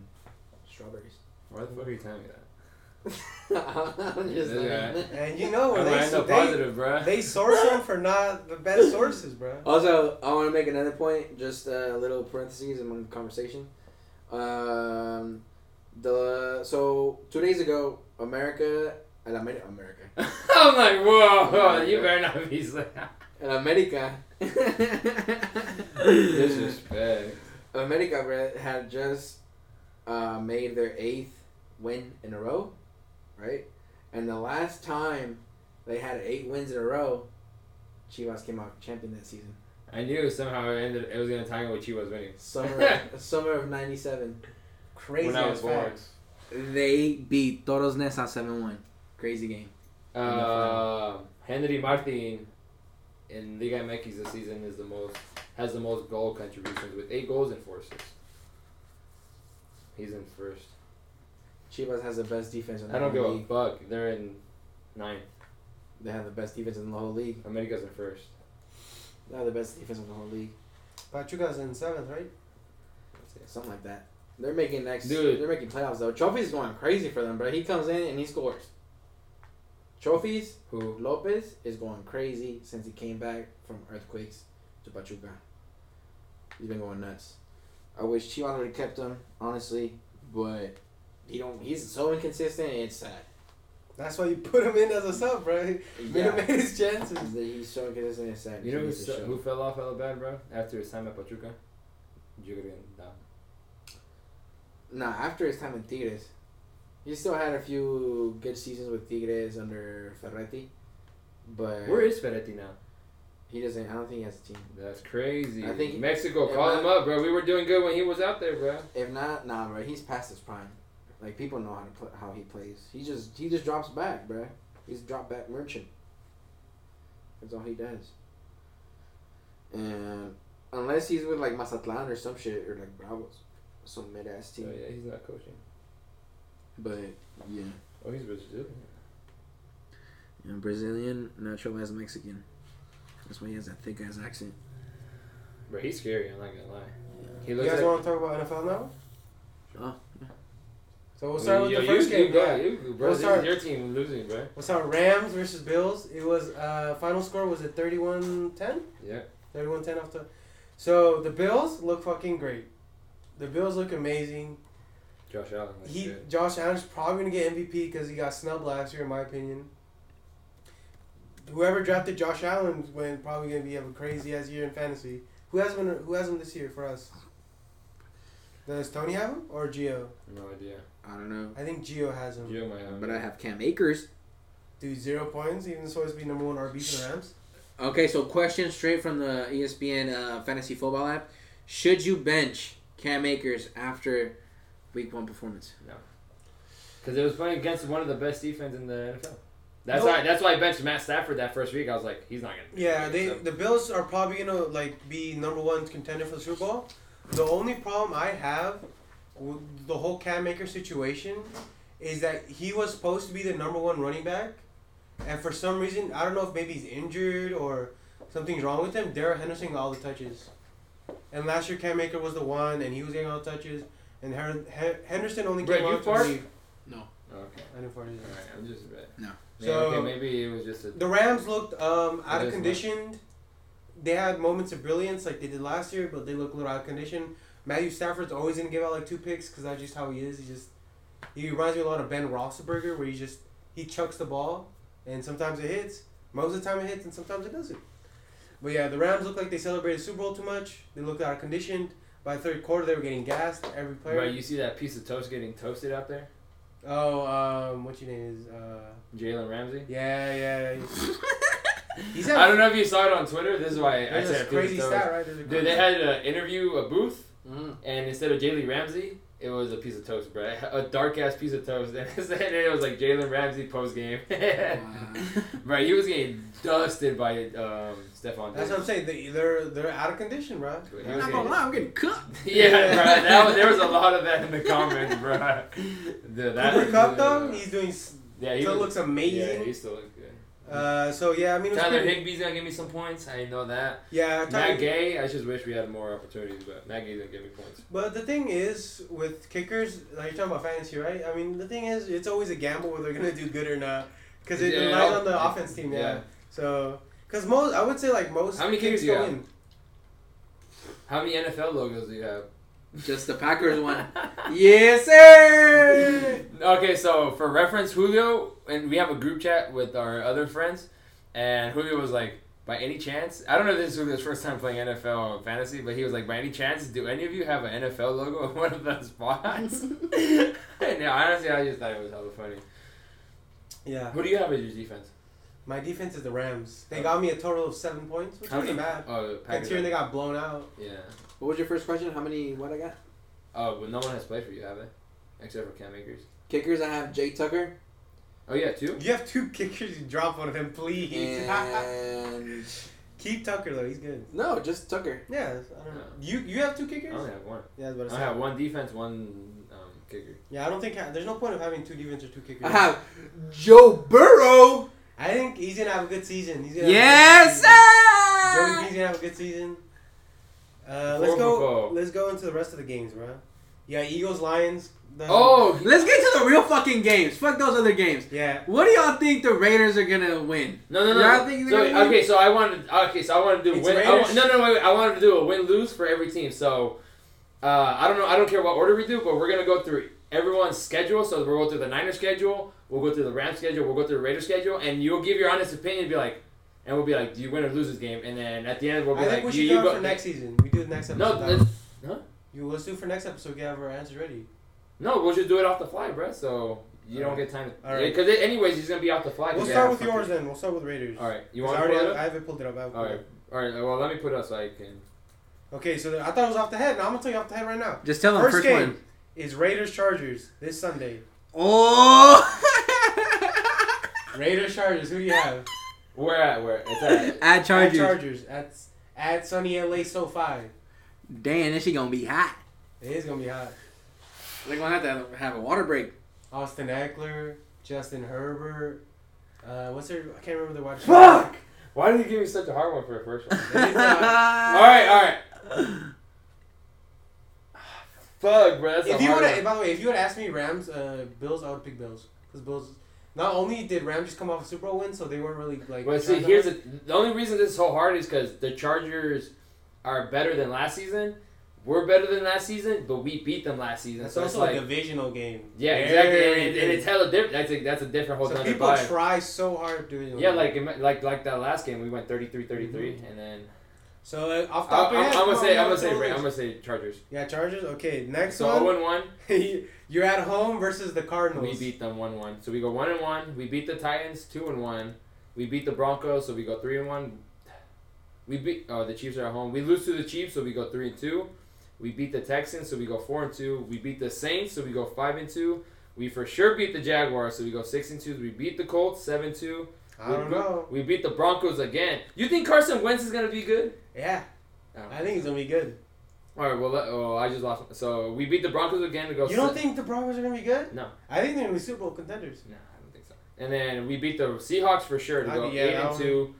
strawberries. Why the fuck are you telling me that? I'm just Yeah. like- And you know where I'm Oh, they gonna end up they, positive, bruh. they source them for not the best sources, bro. Also, I want to make another point. Just a little parentheses among the conversation. Um, the so two days ago, America, el Amer- America, I'm like, whoa, whoa, Yeah, you yeah. better not be saying el America, disrespect. America bruh, had just uh, made their eighth win in a row, right? And the last time they had eight wins in a row, Chivas came out champion that season. I knew somehow it ended. It was gonna tangle with Chivas winning Summer, summer of '97. Crazy when I was as born. facts. They beat Toros Nesa 7 1. Crazy game. Uh, Henry Martin in Liga MX this season is the most has the most goal contributions with eight goals and four assists. He's in first. Chivas has the best defense in the I don't give whole a league. fuck. They're in nine. They have the best defense in the whole league. America's in first. They have the best defense in the whole league. Pachuca's in seventh, right? Something like that. They're making next. Dude. They're making playoffs though. Trophy's going crazy for them, but he comes in and he scores. Trophies. Who? Lopez is going crazy since he came back from earthquakes to Pachuca. He's been going nuts. I wish Chivas would have kept him, honestly, but he don't. He's so inconsistent. It's sad. That's why you put him in as a sub, bro. Minimate his chances. He's- He's so inconsistent. It's sad. You know He who, needs to s- show. who fell off hella bad, bro? After his time at Pachuca, Jurgen Damm. Nah, after his time in Tigres, he still had a few good seasons with Tigres under Ferretti, but Where is Ferretti now? he doesn't. I don't think he has a team. That's crazy. I think- Mexico it call might- him up, bro. We were doing good when he was out there, bro. If not, nah, bro. He's past his prime. Like people know how to pl- how he plays. He just he just drops back, bro. He's a drop back merchant. That's all he does. And unless he's with like Mazatlan or some shit or like Bravos, some mid ass So team. Oh, yeah, he's not coaching. But yeah. Oh, he's Brazilian. And Brazilian, naturalized Mexican. That's why he has that thick ass accent. Bro, he's scary. I'm not gonna lie. He You looks guys like. want to talk about NFL now? Oh, So we'll start with Yo, the you- first you game. go, yeah. you- bro, We'll this is start- your team losing, bro. What's up, Rams versus Bills? It was uh, final score was at 31-10? Yeah. 31-10 off the. So the Bills look fucking great. The Bills look amazing. Josh Allen. Like, He shit. Josh Allen's probably gonna get MVP because he got snubbed last year, in my opinion. Whoever drafted Josh Allen when probably gonna be have a crazy ass year in fantasy. Who has him? Who has him this year for us? Does Tony have him or Gio? No idea. I don't know. I think Gio has him. Gio might have. But I have Cam Akers. Dude, zero points. Even supposed to be number one RB for the Rams. Okay, so question straight from the E ESPN uh, fantasy football app: Should you bench Cam Akers after Week One performance? Because it was playing against one of the best defense in the NFL. That's No. why. That's why I benched Matt Stafford that first week. I was like, he's not gonna. Yeah, they So- the Bills are probably gonna like be number one contender for the Super Bowl. The only problem I have with the whole Cam Maker situation is that he was supposed to be the number one running back, and for some reason I don't know if maybe he's injured or something's wrong with him. Darrell Henderson got all the touches, and last year Cam Maker was the one, and he was getting all the touches, and Her- Hen- Henderson only Brett, came you out to fart? leave. Okay. I didn't fart either. All right. I'm just. Bad. No. So- okay, maybe it was just a. The Rams looked um, out It of is conditioned. They had moments of brilliance like they did last year, but they look a little out of condition. Matthew Stafford's always gonna give out like two picks because that's just how he is. He just he reminds me a lot of Ben Roethlisberger, where he just he chucks the ball, and sometimes it hits. Most of the time it hits, and sometimes it doesn't. But yeah, the Rams look like they celebrated Super Bowl too much. They looked out of conditioned. By third quarter, they were getting gassed. Every player. Bro, you see that piece of toast getting toasted out there? Oh, um, what your name is? Uh, Jalen Ramsey. yeah, yeah. He's I don't know if you saw it on Twitter. This is why I There's said a crazy piece of stat, toast. right? There's a Dude, they had an interview, a booth, Mm. and instead of Jalen Ramsey, it was a piece of toast, bro. A dark ass piece of toast, and it was like Jalen Ramsey post game. Eh. Right, he was getting dusted by um, Stephon. That's what I'm Diggs. saying. They, they're they're out of condition, bro. He I'm was not getting- gonna lie, I'm getting cooked. Yeah, bro. That was, there was a lot of that in the comments, bro. Dude, that Cooper Cup though, he's doing. s- yeah, he Still was- looks amazing. Yeah, he still looks good. Uh, so yeah, I mean, it was Tyler pretty- Higby's gonna give me some points. I know that. yeah. Matt Tyler, Gay, I just wish we had more opportunities, but Matt Gay didn't give me points. but the thing is, with kickers, like you're talking about fantasy, right? I mean, the thing is, it's always a gamble whether they're gonna do good or not, because it Yeah. relies on the offense team. Yeah. So, because most, I would say like most. How many kickers kicks you go got? in. How many NFL logos do you have? Just the Packers one. yes, sir. Okay, so for reference, Julio and we have a group chat with our other friends, and Julio was like, "By any chance, I don't know if this is Julio's first time playing NFL fantasy, but he was like, by any chance, do any of you have an NFL logo on one of those spots?" and yeah, honestly, I just thought it was hella funny. Yeah. Who do you have as your defense? My defense is the Rams. They got me a total of seven points, which is Oh. How pretty many- bad. Oh, Packers. Considering they got blown out. Yeah. What was your first question? How many? What I got? Oh, but no one has played for you, have they? Except for Cam Akers. Kickers. I have Jay Tucker Oh yeah, two. You have two kickers. You drop one of them, please. and Keep Tucker though. He's good. no, just Tucker. Yeah. I don't know. No. You you have two I kickers. only have one. Yeah, I was about to Oh, I say. have one defense, one um, kicker. Yeah, I don't think ha- there's no point of having two defense or two kickers. I have Joe Burrow. I think he's gonna have a good season. He's gonna Yes, Have a good season. Joey sir. B's gonna have a good season. Uh, Four let's for go. four. Let's go into the rest of the games, bro. Yeah, Eagles, Lions. The, Oh, Let's get to the real fucking games. Fuck those other games. yeah. What do y'all think the Raiders are gonna win? No, no, no. Yeah, I think they're so, gonna win. okay, so I wanted. Okay, so I wanted to do It's win. I, wa- Raiders. no, no, wait, wait. I wanted to do a win lose for every team. So uh, I don't know. I don't care what order we do, but we're gonna go through everyone's schedule. So we'll go through the Niners schedule. We'll go through the Rams schedule. We'll go through the Raiders schedule, and you'll give your honest opinion. And be like, and we'll be like, do you win or lose this game? And then at the end, we'll I be think like, we you, should do you it go for next season. We do it next No, episode. let's, you let's do it for next episode. We have our answers ready. no, we'll just do it off the fly, bro. So you don't Alright. get time. to Alright. Because anyways, he's gonna be off the fly. We'll Yeah, start with fuck yours it. then. We'll start with Raiders. All right, you 'Cause want I to already pull it have, up? I have it pulled it up. I have it All pulled right, up. all right. Well, let me put it up so I can. Okay, so I thought it was off the head. Now I'm gonna tell you off the head right now. Just tell them First first, game. one. Is Raiders Chargers this Sunday? Oh. Raiders Chargers. Who do you have? Where at? Where it's at? At Chargers. At Chargers. At at Sunny LA SoFi. Damn, this shit gonna be hot. It is gonna be hot. They're gonna have to have a water break. Austin Eckler, Justin Herbert. Uh, what's their? I can't remember the wide. Fuck! Why did you give me such a hard one for a first one? all Alright, right, all right. Fuck, bro. That's a If you hard would, one. by the way, if you would ask me Rams, uh, Bills, I would pick Bills because Bills. Not only did Rams just come off a Super Bowl win, so they weren't really like. Well, see, trying to- here's the, the only reason this is so hard is because the Chargers are better than last season. We're better than last season, but we beat them last season. That's so also it's like, a divisional game. yeah, exactly. And, Very it- and it's hella different. That's a, that's a different whole So nother people vibe. try so hard doing. Yeah, like it might- like like that last game, we went 33-33, and then so. Uh, off the I, top of your am head, gonna come say on, I'm gonna what's say the Ra- I'm list? gonna say Chargers. Yeah, Chargers. Okay, next So one. 0 one. You're at home versus the Cardinals. We beat them one one. So we go one and one. We beat the Titans two and one. We beat the Broncos, so we go three and one. We beat oh the Chiefs are at home. We lose to the Chiefs, so we go three and two. We beat the Texans, so we go four and two. We beat the Saints, so we go five and two. We for sure beat the Jaguars, so we go six and two. We beat the Colts seven two. I don't know. We beat the Broncos again. You think Carson Wentz is gonna be good? Yeah, No. I think it's gonna be good. All right. Well, let- oh, I just lost. So we beat the Broncos again to go. You don't se- think the Broncos are gonna be good? Oh, No. I think they're gonna be Super Bowl contenders. No, I don't think so. And then we beat the Seahawks for sure to I'd go be- yeah, eight that and one- two.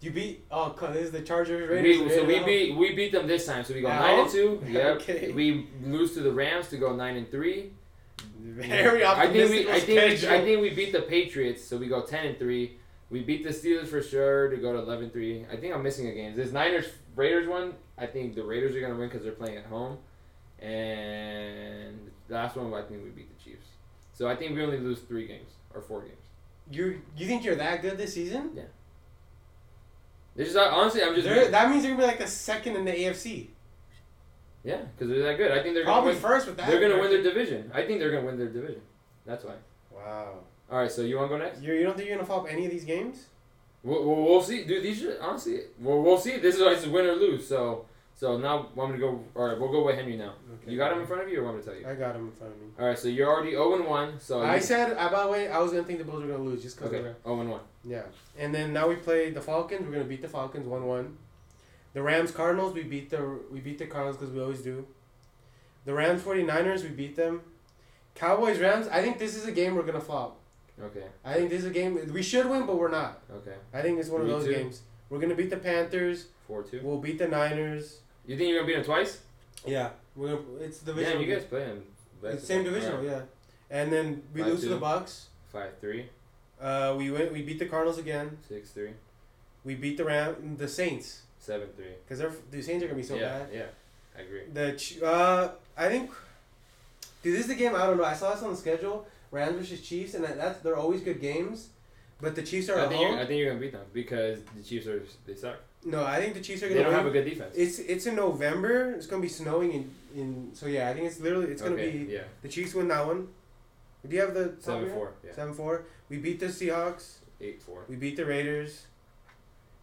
You beat oh, c- this is the Chargers We, Raiders. so Raiders we at beat we beat them this time. So we go At nine home? and two. Yep. Okay. We lose to the Rams to go nine and three. home. very optimistic. I think we I think we, schedule. I think we beat the Patriots. So we go ten and three. We beat the Steelers for sure to go to 11-3. I think I'm missing a game. This Niners Raiders one. I think the Raiders are gonna win because they're playing at home. And the last one, I think we beat the Chiefs. So I think we only lose three games or four games. you you think you're that good this season? This is honestly, I'm just They're- that means they're gonna be like the second in the AFC. yeah, because they're that good. I think they're gonna Probably win, first with that. they're gonna win their division. I think they're gonna win their division. That's why. Wow. All right, so you want to go next? You you don't think you're gonna flop any of these games? We'll, we'll, we'll see, dude. These are honestly, we'll, we'll see. This is it's win or lose. So, So now I'm gonna go. All right, we'll go with Henry now. Okay. You got him in front of you, or want me to tell you? I got him in front of me. All right, so you're already 0 and 1. So I Oh, you- said, uh, by the way, I was gonna think the Bulls were gonna lose just because okay, they were 0 and 1. Yeah. And then now we play the Falcons. We're gonna beat the Falcons one one. The Rams Cardinals we beat the we beat the Cardinals because we always do. The Rams 49ers we beat them. Cowboys Rams I think this is a game we're gonna flop. Okay, I think this is a game we should win but we're not. okay, I think it's one of Me those too. games. We're gonna beat the Panthers. 4 2. We'll beat the Niners. You think you're gonna beat him twice? Yeah, we're gonna, it's the Damn, division. you guys play him. it's same divisional, yeah. And then we Five, lose two. to the Bucks. 5 3, Uh, we went. We beat the Cardinals again. 6 3, We beat the Ram, the Saints, 7 3. because they're the Saints are gonna be so yeah, bad. yeah, I agree. The Ch- uh, I think, dude, this is the game. I don't know. I saw this on the schedule. Rams versus Chiefs, and that, that's they're always good games. But the Chiefs are I at think, you're, home. I think you're gonna beat them because the Chiefs are they suck. no, I think the Chiefs are They gonna. don't have a win. good defense. it's it's in November. It's gonna be snowing in, in so yeah. I think it's literally it's gonna okay, be yeah, the Chiefs win that one. Do you have the top seven here? four, yeah, Seven four. We beat the Seahawks. eight four, We beat the Raiders.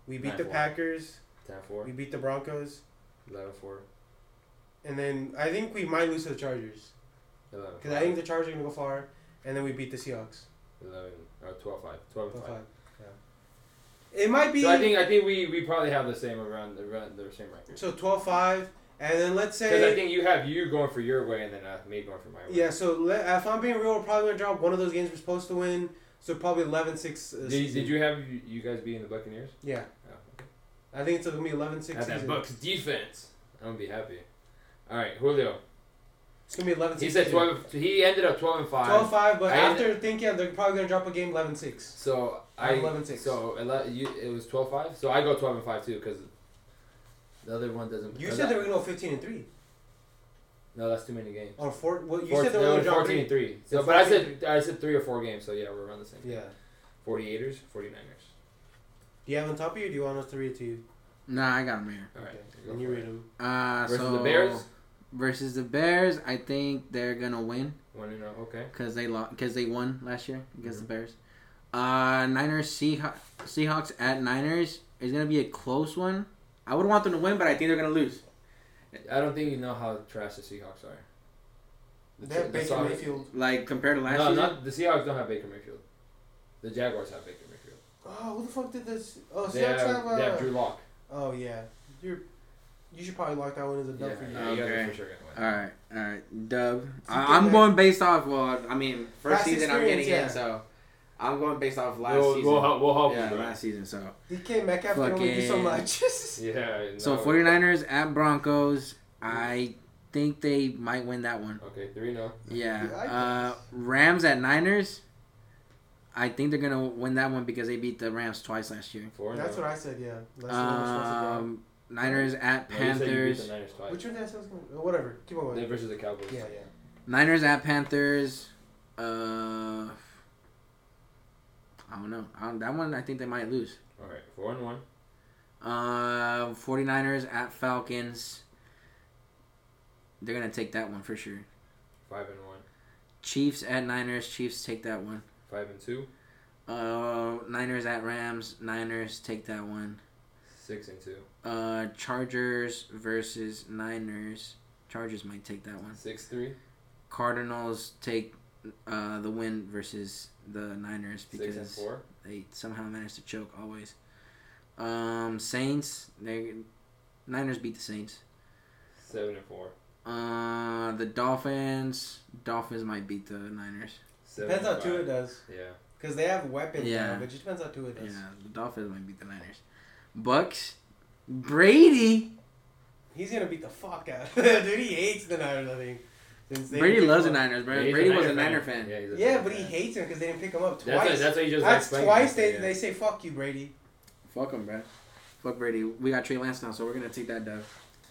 We beat the 9-4. Packers. ten four, We beat the Broncos. eleven four, And then I think we might lose to the Chargers. eleven. Because I think the Chargers are going to go far. And then we beat the Seahawks. 11 or 12 5 12 Go and 5 far. Yeah. It might be so i think i think we we probably have the same around around the same record so 12 5. And then let's because i say. think you have you going for your way and then uh, me going for my way Yeah, so let, if I'm being real, we're probably going to drop one of those games we're supposed to win. So probably 11 6. Uh, did, season. did you have you, you guys beating the buccaneers Yeah. Oh, okay. I think it's going to be 11 6. At that season. bucks defense i'm gonna be happy all right julio It's going to be 11 he said 12 he ended up 12 and 5 12 5, but I- after thinking, they're probably going to drop a game 11 6. so i I'm 11-6. so ele- you, it was 12 5 so i go 12 and 5 too because the other one doesn't You or said that- they were going to go 15 and 3. no that's too many games Or four. Well, you Four- said they no, were it was drop 14 and three. 3 so Yeah, but i 14 said i said 3 or 4 games so yeah we're around the same Yeah. 48ers, 49ers. Do you have on top of you? Or do you want us to read it to you? Nah, I got him here. All right. Okay. go And you for read it. them. Uh, Versus so the Bears, Versus the Bears, I think they're gonna win one and oh, okay. because they lost because they won last year against Mm-hmm. the Bears. Uh, Niners Seahawks Seahawks at Niners is gonna be a close one. I would want them to win, but I think they're gonna lose. I don't think you know how trash the Seahawks are. The They have the Baker Seahawks- Mayfield. Like compared to last No, year, not the Seahawks. Don't have Baker Mayfield. The Jaguars have Baker Mayfield. Oh, who the fuck did this? Oh, they, Seahawks have, have. Uh, they have Drew Lock. Oh yeah, you're. You should probably lock that one as a dub Yeah, for you. yeah, you guys are Okay. Uh, for sure gonna win. All right, all right, Dub. think I, I'm that- going based off. Well, I mean, first Last season I'm getting experience, in, yeah. so I'm going based off last We'll, season. we'll help. We'll help yeah, you, bro. last season. So, DK Metcalf can only do so Fucking- much. Yeah. No. so 49ers at Broncos. I think they might win that one. Okay, three oh, no. Yeah. Yeah, I Uh, guess. Rams at Niners. I think they're gonna win that one because they beat the Rams twice last year. Four and That's oh. what I said. Yeah. That's the one that's supposed to go. Um, Niners at No, you said you beat Panthers. the Niners twice. Which one did I say was going? Oh, whatever. Keep on They going. versus the Cowboys. Yeah, Niners at Panthers. Uh, I don't know. I don't, that one I think they might lose. All right, four and one. Uh, 49ers at Falcons. They're going to take that one for sure. Five and one. Chiefs at Niners. Chiefs take that one. Five and two. Uh, Niners at Rams. Niners take that one. Six and two. Uh, Chargers versus Niners. Chargers might take that one. Six three. Cardinals take uh, the win versus the Niners Six and because four. they somehow managed to choke always. Um, Saints. They Niners beat the Saints. Seven and four. Uh, the Dolphins. Dolphins might beat the Niners. Seven Depends and how Tua five. does, Yeah. because they have weapons. Yeah. Yeah. but it just depends how Tua does. Yeah, the Dolphins might beat the Niners. Bucks. Brady. He's gonna beat the fuck out. Dude, he hates the Niners. I think. Since they Brady didn't loves the pick him up. Niners, bro. Yeah, he's Brady was a fan. Niner fan. Yeah, he's a Yeah, Niner but he fan. hates him because they didn't pick him up That's twice. What, that's what you just That's explained. twice they, Yeah. they say fuck you, Brady. Fuck him, bro. Fuck Brady. We got Trey Lance now, so we're gonna take that dub.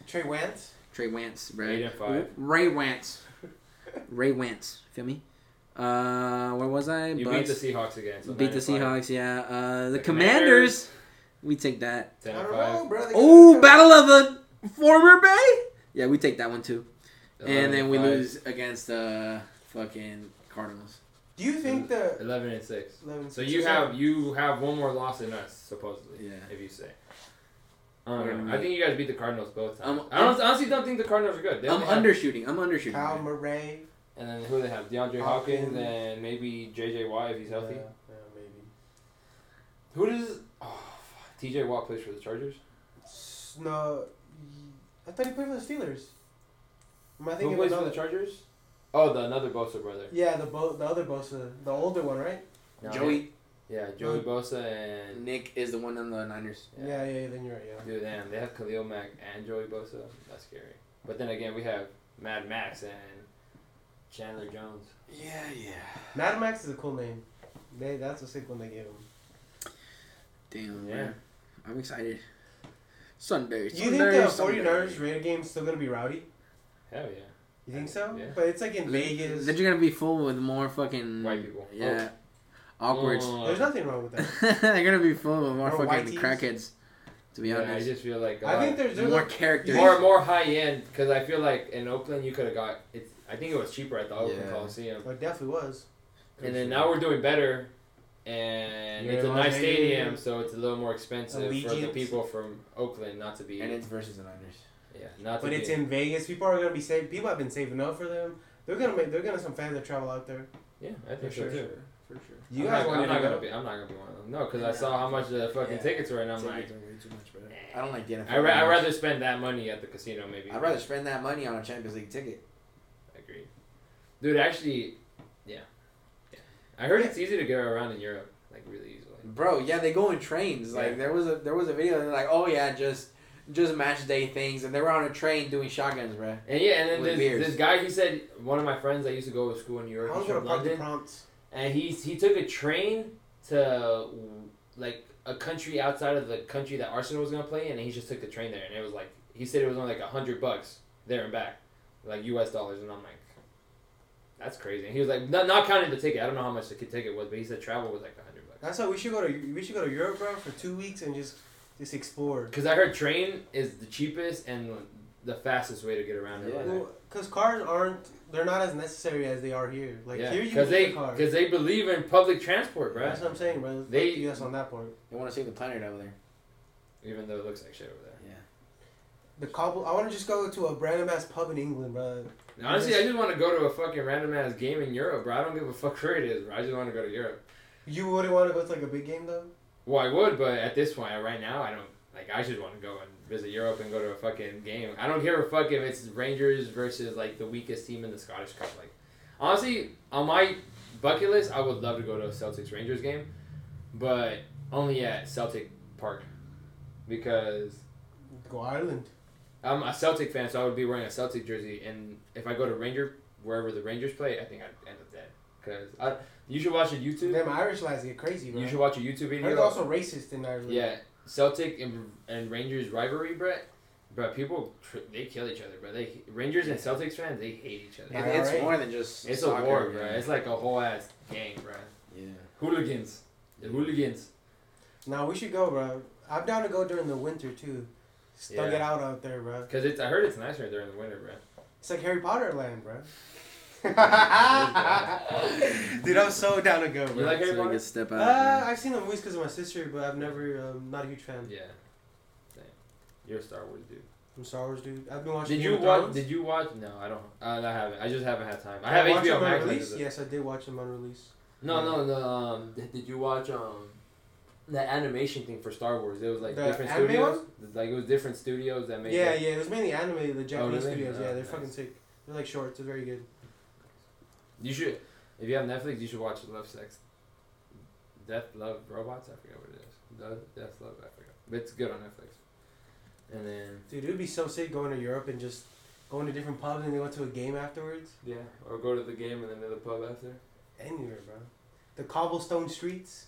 Trey Wentz. Trey Wance, bro. Eight and five. Ray Wance. Ray Wance. Feel me? Uh, where was I? You beat Bucks. the Seahawks again. So Beat the 9 and five. Seahawks, yeah. Uh, the, The Commanders. We take that. Ten I and don't five. know, bro. They Oh, gotta- Battle of the Former Bay. Yeah, we take that one too. Eleven and then we five. lose against the fucking Cardinals. Do you think the Eleven and six. 11, So you have you have one more loss than us supposedly. Yeah. If you say. I don't know. I think you guys beat the Cardinals both times. Um, I don't, honestly don't think the Cardinals are good. They I'm only have- undershooting. I'm undershooting. Kyle man. Murray. And then who they have? DeAndre Hopkins, Hopkins. and maybe JJ Watt if he's healthy. Yeah, yeah, maybe. Who does? Oh, fuck. TJ Watt plays for the Chargers. S- No, I thought he played for the Steelers. Am I Who thinking plays of for another? the Chargers? Oh, the another Bosa brother. Yeah, the bo- the other Bosa, the older one, right? No. Joey Yeah, Joey Bosa and Nick is the one on the Niners. Yeah. Yeah, yeah, yeah then you're right. Yeah. dude, damn, they have Khalil Mack and Joey Bosa. That's scary. But then again, we have Mad Max and Chandler Jones. Yeah, yeah. Mad Max is a cool name. They that's a sick one they gave him. Damn. Yeah. Yeah. I'm excited. Sunday. Do you think the 49ers Raider game's still gonna be rowdy? Hell yeah, You think so? Yeah. But it's like in Vegas. Then you're gonna be full with more fucking white people. Yeah. Awkward. Oh. There's nothing wrong with that. They're gonna be full of more Or white fucking tees. crackheads. To be yeah, I honest, just feel like a I lot- think there's, there's more a- characters. more more high end because I feel like in Oakland you could have got it. I think it was cheaper at the Oakland Yeah. Coliseum, Well, it definitely was. and then now we're doing better, and it's a Yeah, nice maybe. stadium, so it's a little more expensive for the Allegiant. people from Oakland not to be. and it's versus the Niners. yeah, not to But be. it's in Vegas. People are gonna be saving. People have been saving up for them. They're gonna make. They're gonna some fans that travel out there. yeah, I think so sure. too. For sure. You I'm guys not, want I'm not to gonna go? be. I'm not gonna be one of them. No, because I Yeah. saw how much the fucking Yeah. tickets were, and I'm like, Tickets are way too much, bro. I don't like the NFL. I ra- I'd much. rather spend that money at the casino maybe. I'd rather spend that money on a Champions League ticket. I agree. Dude, actually, yeah. yeah. I heard it's easy to go around in Europe, like really easily. Bro, yeah, they go in trains. Like Yeah. there was a there was a video. And they're like, oh yeah, just just match day things, and they were on a train doing shotguns, bro. And yeah, and With then beers. this, this guy, he said, one of my friends that used to go to school in New I York, want he's to go from to Park the London, Prompts. and he he took a train to like a country outside of the country that Arsenal was gonna play in, and he just took the train there, and it was like he said it was only like a hundred bucks there and back, like U.S. dollars, and I'm like, that's crazy. And he was like, not, not counting the ticket, I don't know how much the ticket was, but he said travel was like a hundred bucks. That's why we should go to. We should go to Europe, bro, for two weeks and just just explore. Because I heard train is the cheapest and the fastest way to get around. Yeah. Yeah. Well, cause cars aren't. They're not as necessary as they are here. Like yeah, here, you because can they get a car. because they believe in public transport, right? That's what I'm saying, bro. They- Fuck the U.S. on that part. They want to save the planet over there. Even though it looks like shit over there. Yeah. The cobble. I want to just go to a random ass pub in England, bro. And honestly, I just want to go to a fucking random ass game in Europe, bro. I don't give a fuck where it is, bro. I just want to go to Europe. You wouldn't want to go to like a big game though. Well, I would, but at this point, right now, I don't. Like, I just want to go and visit Europe and go to a fucking game. I don't give a fuck if it's Rangers versus like the weakest team in the Scottish Cup. Like, honestly, on my bucket list, I would love to go to a Celtics Rangers game, but only at Celtic Park because Go Ireland. I'm a Celtic fan, so I would be wearing a Celtic jersey. And if I go to Ranger, wherever the Rangers play, I think I'd end up dead. Cause I, you should watch a YouTube. Them Irish lads get crazy, bro. You should watch a YouTube Heard video. They're also racist in Ireland. Yeah, Celtic and, and Rangers rivalry, Brett. But people tr- they kill each other, bro. They Rangers and Celtics fans they hate each other. Yeah. It, it's Alright. more than just. It's soccer, a war, yeah. bro. It's like a whole ass gang, bro. Yeah. Hooligans, the hooligans. Now we should go, bro. I'm down to go during the winter too. Stug Yeah. it out out there, bro. Cause it's I heard it's nicer during the winter, bro. It's like Harry Potter land, bro. bad. Dude, I'm so down to go, You bro. like Harry So I Potter? could step out. uh, man. I've seen the movies because of my sister, but I've never, um, not a huge fan. Yeah. Damn. You're a Star Wars dude. I'm Star Wars, dude. I've been watching. Did Game you of watch? Thrones. Did you watch? No, I don't. I, I haven't. I just haven't had time. I Did have watch HBO them on Max. I release? just- Yes, I did watch them on release. No, no, no. Um, did, did you watch um, that animation thing for Star Wars? It was like The different anime studios. Like it was different studios that made. Yeah, it. yeah. It was mainly anime, the Japanese really? studios. Oh, yeah, they're nice. fucking sick. They're like shorts. They're very good. You should, if you have Netflix, you should watch Love, Sex, Death, Love, Robots. I forget what it is. Love, Death, Love. I forgot. But it's good on Netflix. And then Dude, it would be so sick going to Europe and just going to different pubs and then going to a game afterwards. yeah, or go to the game and then to the pub after. Anywhere, bro. The cobblestone streets.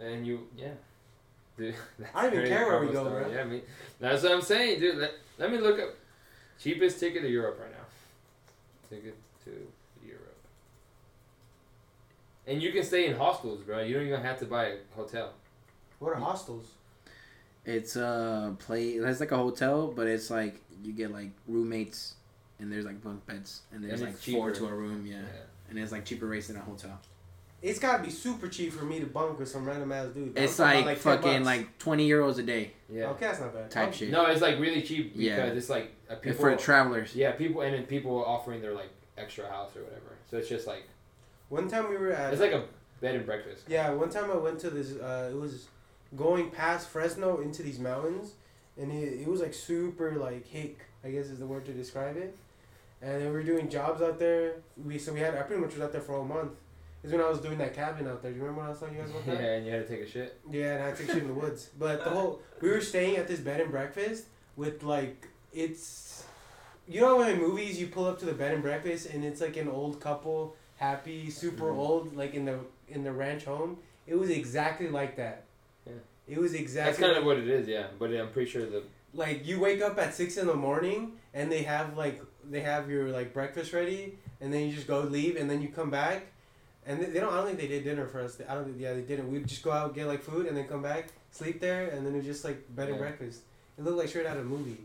And you, yeah. Dude, that's I don't even crazy. care where we Cobblestone, go, bro. Yeah, I mean, that's what I'm saying, dude. Let, let me look up cheapest ticket to Europe right now. Ticket to Europe. And you can stay in hostels, bro. You don't even have to buy a hotel. What are hostels? It's a play. It's like a hotel, but it's like you get like roommates, and there's like bunk beds, and there's And like it's four cheaper. to a room. Yeah. and it's like cheaper rates than a hotel. it's gotta be super cheap for me to bunk with some random ass dude. I'm It's talking like, about, 10 bucks. fucking like twenty euros a day Yeah. Okay, that's not bad. Um, type I'll- shit. Oh, No, it's like really cheap because Yeah. it's like uh, And people. for travelers. yeah, people and then people offering their like extra house or whatever. So it's just like One time we were at. it's like a bed and breakfast. Yeah, one time I went to this. Uh, it was going past Fresno into these mountains, and it, it was like super like hick. I guess is the word to describe it. And we were doing jobs out there. We so we had I pretty much was out there for a month. Is when I was doing that cabin out there. Do you remember when I was telling you guys about Yeah, that? and you had to take a shit. Yeah, and I took shit in the woods. But the whole we were staying at this bed and breakfast with like it's you know when in movies you pull up to the bed and breakfast and it's like an old couple, happy, super Mm-hmm. old, like in the in the ranch home. It was exactly like that. Yeah. It was That's exactly kind of what it is, yeah. But I'm pretty sure the like you wake up at six in the morning and they have like they have your like breakfast ready and then you just go leave and then you come back and they, they don't I don't think they did dinner for us I don't think yeah they didn't we'd just go out get like food and then come back sleep there and then it was just like bed and Yeah. breakfast it looked like straight out of a movie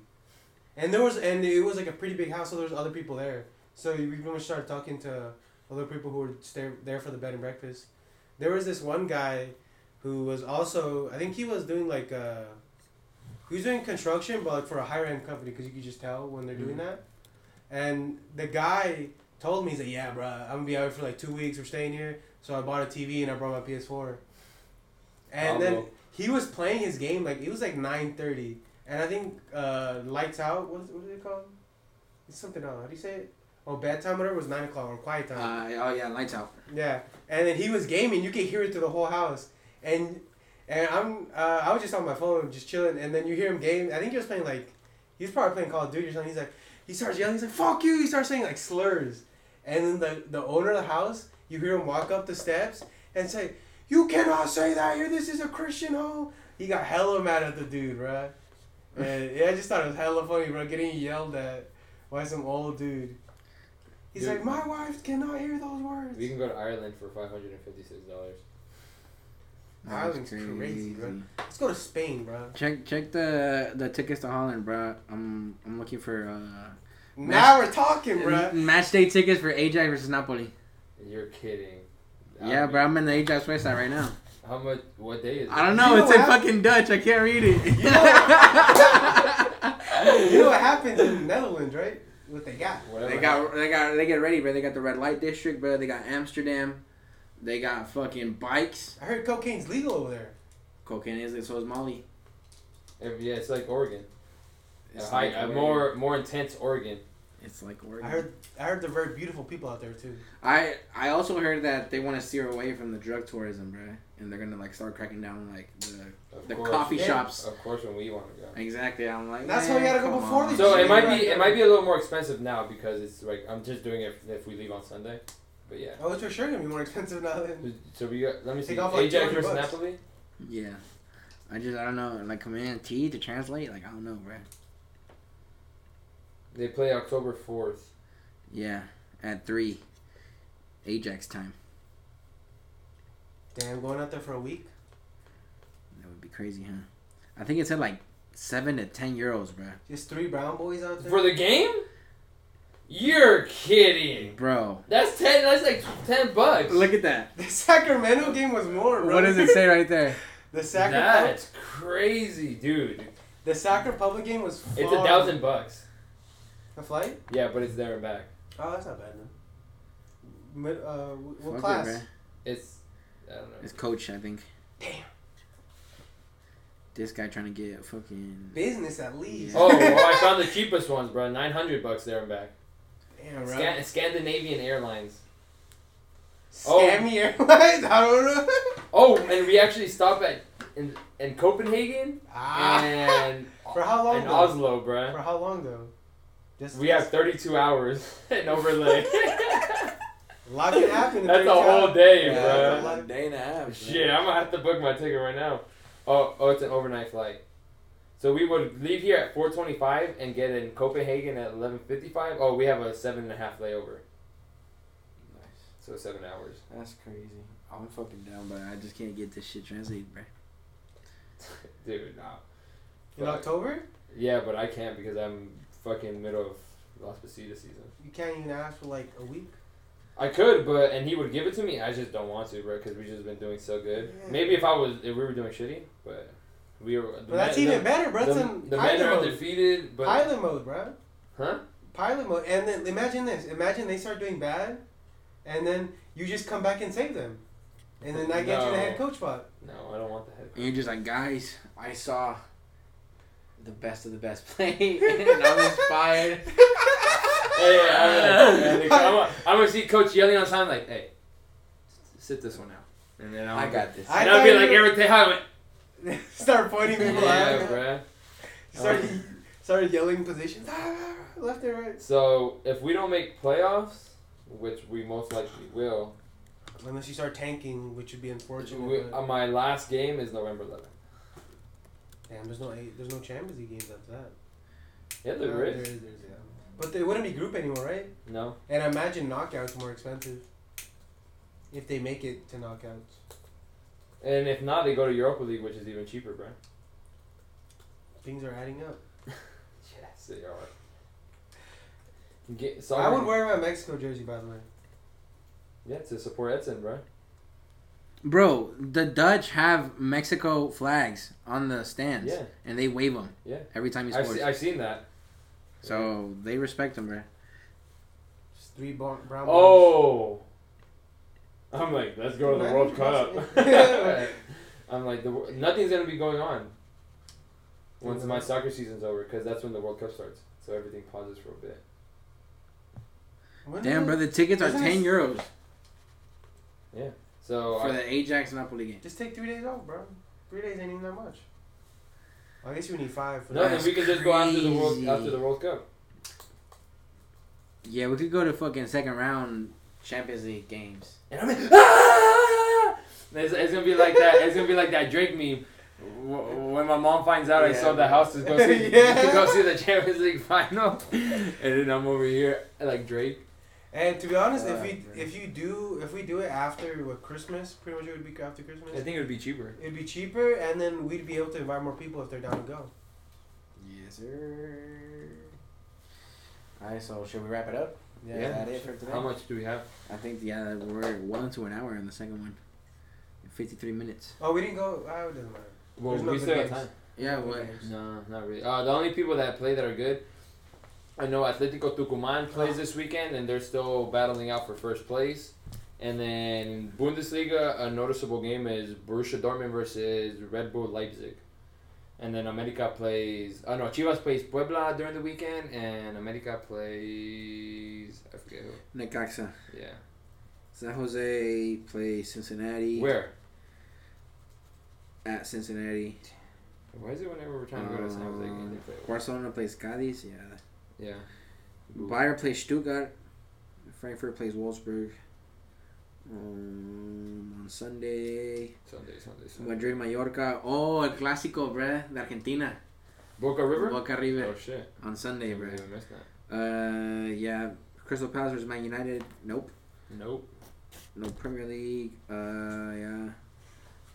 and there was and it was like a pretty big house so there was other people there so we pretty much started talking to other people who were stay, there for the bed and breakfast there was this one guy who was also I think he was doing like uh he was doing construction but like for a higher end company because you could just tell when they're doing that and the guy told me he's like yeah bro I'm gonna be out here for like two weeks we're staying here so I bought a TV and I brought my PS4 and then Pablo. he was playing his game like it was like nine thirty and I think uh lights out what is, what is it called it's something else how do you say it oh bedtime whatever was nine o'clock or quiet time Uh, oh yeah, lights out. yeah, and then he was gaming. You could hear it through the whole house, and and I'm uh, I was just on my phone, just chilling, and then you hear him game. I think he was playing like he was probably playing Call of Duty or something. He's like he starts yelling. He's like fuck you. He starts saying like slurs, and then the the owner of the house, you hear him walk up the steps and say, "You cannot say that here. This is a Christian home." He got hella mad at the dude, bruh. And yeah, I just thought it was hella funny, bro. Getting yelled at by some old dude. He's Dude. like, my wife cannot hear those words. we can go to Ireland for five hundred and fifty six dollars. Ireland's crazy, bro. Let's go to Spain, bro. Check check the the tickets to Holland, bro. I'm I'm looking for uh Now we're talking, bro. m- match day tickets for Ajax versus Napoli. You're kidding. That Yeah, would be- bro. I'm in the Ajax website right now. How much? What day is it? I don't You know. know it's in what? fucking Dutch. I can't read it. You You know what happens in the Netherlands, right? What they got. Whatever. They got they got they get ready, bro. They got the red light district, bro. They got Amsterdam. They got fucking bikes. I heard cocaine's legal over there. Cocaine is so is Molly. If- yeah, it's like Oregon. It's a, high, like a Oregon. more more intense Oregon. It's like Oregon. I heard I heard they're very beautiful people out there too. I I also heard that they want to steer away from the drug tourism, bro, and they're gonna like start cracking down on like the Of the course. coffee Yeah. shops. Of course, when we want to go. Exactly. I'm like That's man, why you gotta go come before on. the- So Yeah, it might right be there. it might be a little more expensive now because it's like I'm just doing it if we leave on Sunday. But yeah. Oh, it's for sure gonna be more expensive now than So we got. Let me see. Take off like Ajax 200 versus bucks. Napoli. Yeah. I just I don't know like command T to translate like I don't know, bro. They play October fourth. Yeah, at three, Ajax time. Damn, going out there for a week. That would be crazy, huh? I think it said like seven to ten euros, bro. Just three brown boys out there. For the game? You're kidding. Bro, That's ten. That's like ten bucks. look at that. the Sacramento game was more. Bro. What does it say right there? The Sacramento That's crazy, dude. the Sac Republic game was. Far. It's a thousand bucks. A flight? Yeah, but it's there and back. Oh, that's not bad. No. Mid, uh, wh- Fuck what it, class? bruh. It's I don't know. It's coach, I think. Damn. This guy trying to get fucking. Business at least. oh, well, I found the cheapest ones, bro. Nine hundred bucks there and back. Damn, bro. Scan- Scandinavian Airlines. Oh. Scammy airlines? I don't know. Oh, and we actually stopped at in, in Copenhagen and Ah. For how long? and though? Oslo, bro. For how long though? Just We have thirty-two hours in overlay. a lot can happen. in That's a 32 whole hours. day, Yeah, bro. that's a lot. day and a half. Shit, I'm gonna have to book my ticket right now. Oh, oh, it's an overnight flight. So we would leave here at 4:25 and get in Copenhagen at 11:55. Oh, we have a seven and a half layover, Nice. so seven hours. That's crazy. I'm fucking down, but I just can't get this shit translated, bro. Dude, nah. In October, Yeah, but I can't because I'm fucking middle of Las Positas season. you can't even ask for like a week. I could, but and he would give it to me. I just don't want to, bro, because we just been doing so good. Yeah. Maybe if I was, if we were doing shitty, but we were. But that's even better, bro. the, That's the, in the men pilot are mode. defeated, but Pilot mode, bro. huh? Pilot mode. And then imagine this. Imagine they start doing bad, and then you just come back and save them, and then that gets you the No. head coach spot. No, I don't want the head. And you're just like, guys, I saw the best of the best play, and I was fired. Hey, I'm, like, I'm, gonna- I'm gonna see Coach yelling on time like, "Hey, s- sit this one out," and then I'll I got this. I and I'll be thought like you- Eric Tejada. went, start pointing people Yeah, out. bruh. Start, Um, started yelling positions. Ah, Left and right. So if we don't make playoffs, which we most likely will, Unless you start tanking, which would be unfortunate. we, but- uh, my last game is November 11th. Damn, there's no eight, there's no Champions League games after that. Yeah, Uh, there No, is. there is, there is, yeah. But they wouldn't be group anymore, right? No, And I imagine knockouts more expensive. If they make it to knockouts, and if not, they go to Europa League, which is even cheaper, bruh. things are adding up. Yes, they are. Get, soccer, I would wear my Mexico jersey, by the way. Yeah, to support Edson, bruh. Bro, the Dutch have Mexico flags on the stands, Yeah. and they wave them Yeah. every time he I've, scores. se- I've seen that. so they respect him, bro. Just three bon- brown. Oh. I'm like, let's go to the Man, World Cup. that's- I'm like, the, wor- nothing's gonna be going on once Yeah. my soccer season's over because that's when the World Cup starts. So everything pauses for a bit. When Damn, did- bro, the tickets are Isn't ten it- euros So for Oh, I, the Ajax Napoli game. Just take three days off, bro. Three days ain't even that much. I guess you need five for no, then that. we can just go after the World crazy. after the World Cup. Yeah, we could go to fucking second round Champions League games. And I'm like, ah! It's, it's gonna be like that. It's gonna be like that Drake meme. Wh- When my mom finds out I Yeah. sold the house to go see Yeah. to go see the Champions League final, and then I'm over here like Drake. And to be honest, if Fuck, we bro. if you do if we do it after what Christmas, pretty much it would be after Christmas. I think it would be cheaper. It'd be cheaper, and then we'd be able to invite more people if they're down to go. Yes, sir. All right, so should we wrap it up? Yeah. Is that it for today? How much do we have? I think yeah, we're well into an hour on the second one. Fifty-three minutes. Oh, we didn't go. Oh, it doesn't matter. Well, There's no we still good got time. Yeah, Okay. what? No, not really. Uh, the only people that play that are good, I know Atletico Tucumán plays this weekend, and they're still battling out for first place. And then Bundesliga, a noticeable game is Borussia Dortmund versus Red Bull Leipzig. And then America plays. Oh no, Chivas plays Puebla during the weekend, and America plays. I forget who. Necaxa. Yeah. San Jose plays Cincinnati Where? at Cincinnati. Why is it whenever we're trying to go to San Jose game they play? Barcelona plays Cadiz. Yeah. Yeah. Bayern plays Stuttgart. Frankfurt plays Wolfsburg. Um, on Sunday, Sunday, Sunday, Sunday. Madrid Mallorca. Oh, el clásico, bruh, de Argentina. Boca River. Boca Oh River shit! on Sunday, I bruh. even missed that. Uh, yeah. Crystal Palace versus Man United. Nope. Nope. No Premier League. Uh, yeah.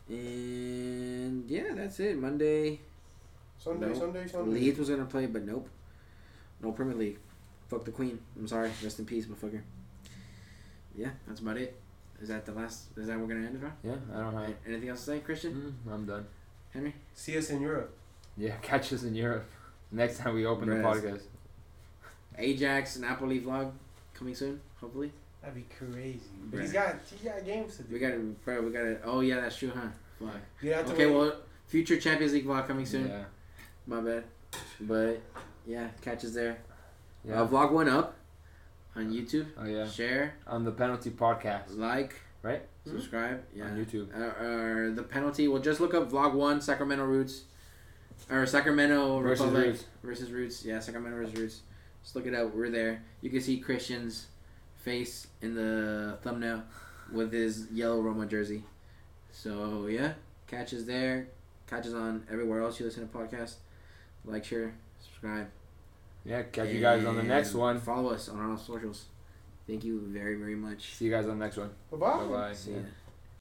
And yeah, that's it. Monday. Sunday, No. Sunday, Sunday. Leeds was gonna play, but nope. No Premier League. Fuck the Queen. I'm sorry. Rest in peace, motherfucker. Yeah, that's about it. Is that the last? Is that we're gonna end it on? Yeah, I don't have. Anything else to say, Christian? Mm, I'm done. Henry? See us in Europe. Yeah, catch us in Europe next time we open Brez. the podcast. Ajax Napoli vlog coming soon, hopefully. That'd be crazy. But Right. he's got he got games to do. We got to bro. We got to Oh yeah, that's true, huh? Fuck. You have to Okay, wait. well, future Champions League vlog coming soon. Yeah, My bad. But yeah, catch us there. yeah. Uh, vlog one up on YouTube. oh yeah, Share, on the penalty podcast like, Right? Hmm. Subscribe. Yeah. on YouTube. uh, or the penalty. Well, just look up vlog one Sacramento Roots, or Sacramento Versus Republic Roots. versus Roots. Yeah, Sacramento versus Roots. Just look it up. We're there. You can see Christian's face in the thumbnail with his yellow Roma jersey. So yeah, catch us there. Catch us on everywhere else you listen to podcasts. Like, share, subscribe. Yeah, catch you guys on the next and one. Follow us on our socials. Thank you very very much. See you guys on the next one. Bye-bye. Bye bye. See ya.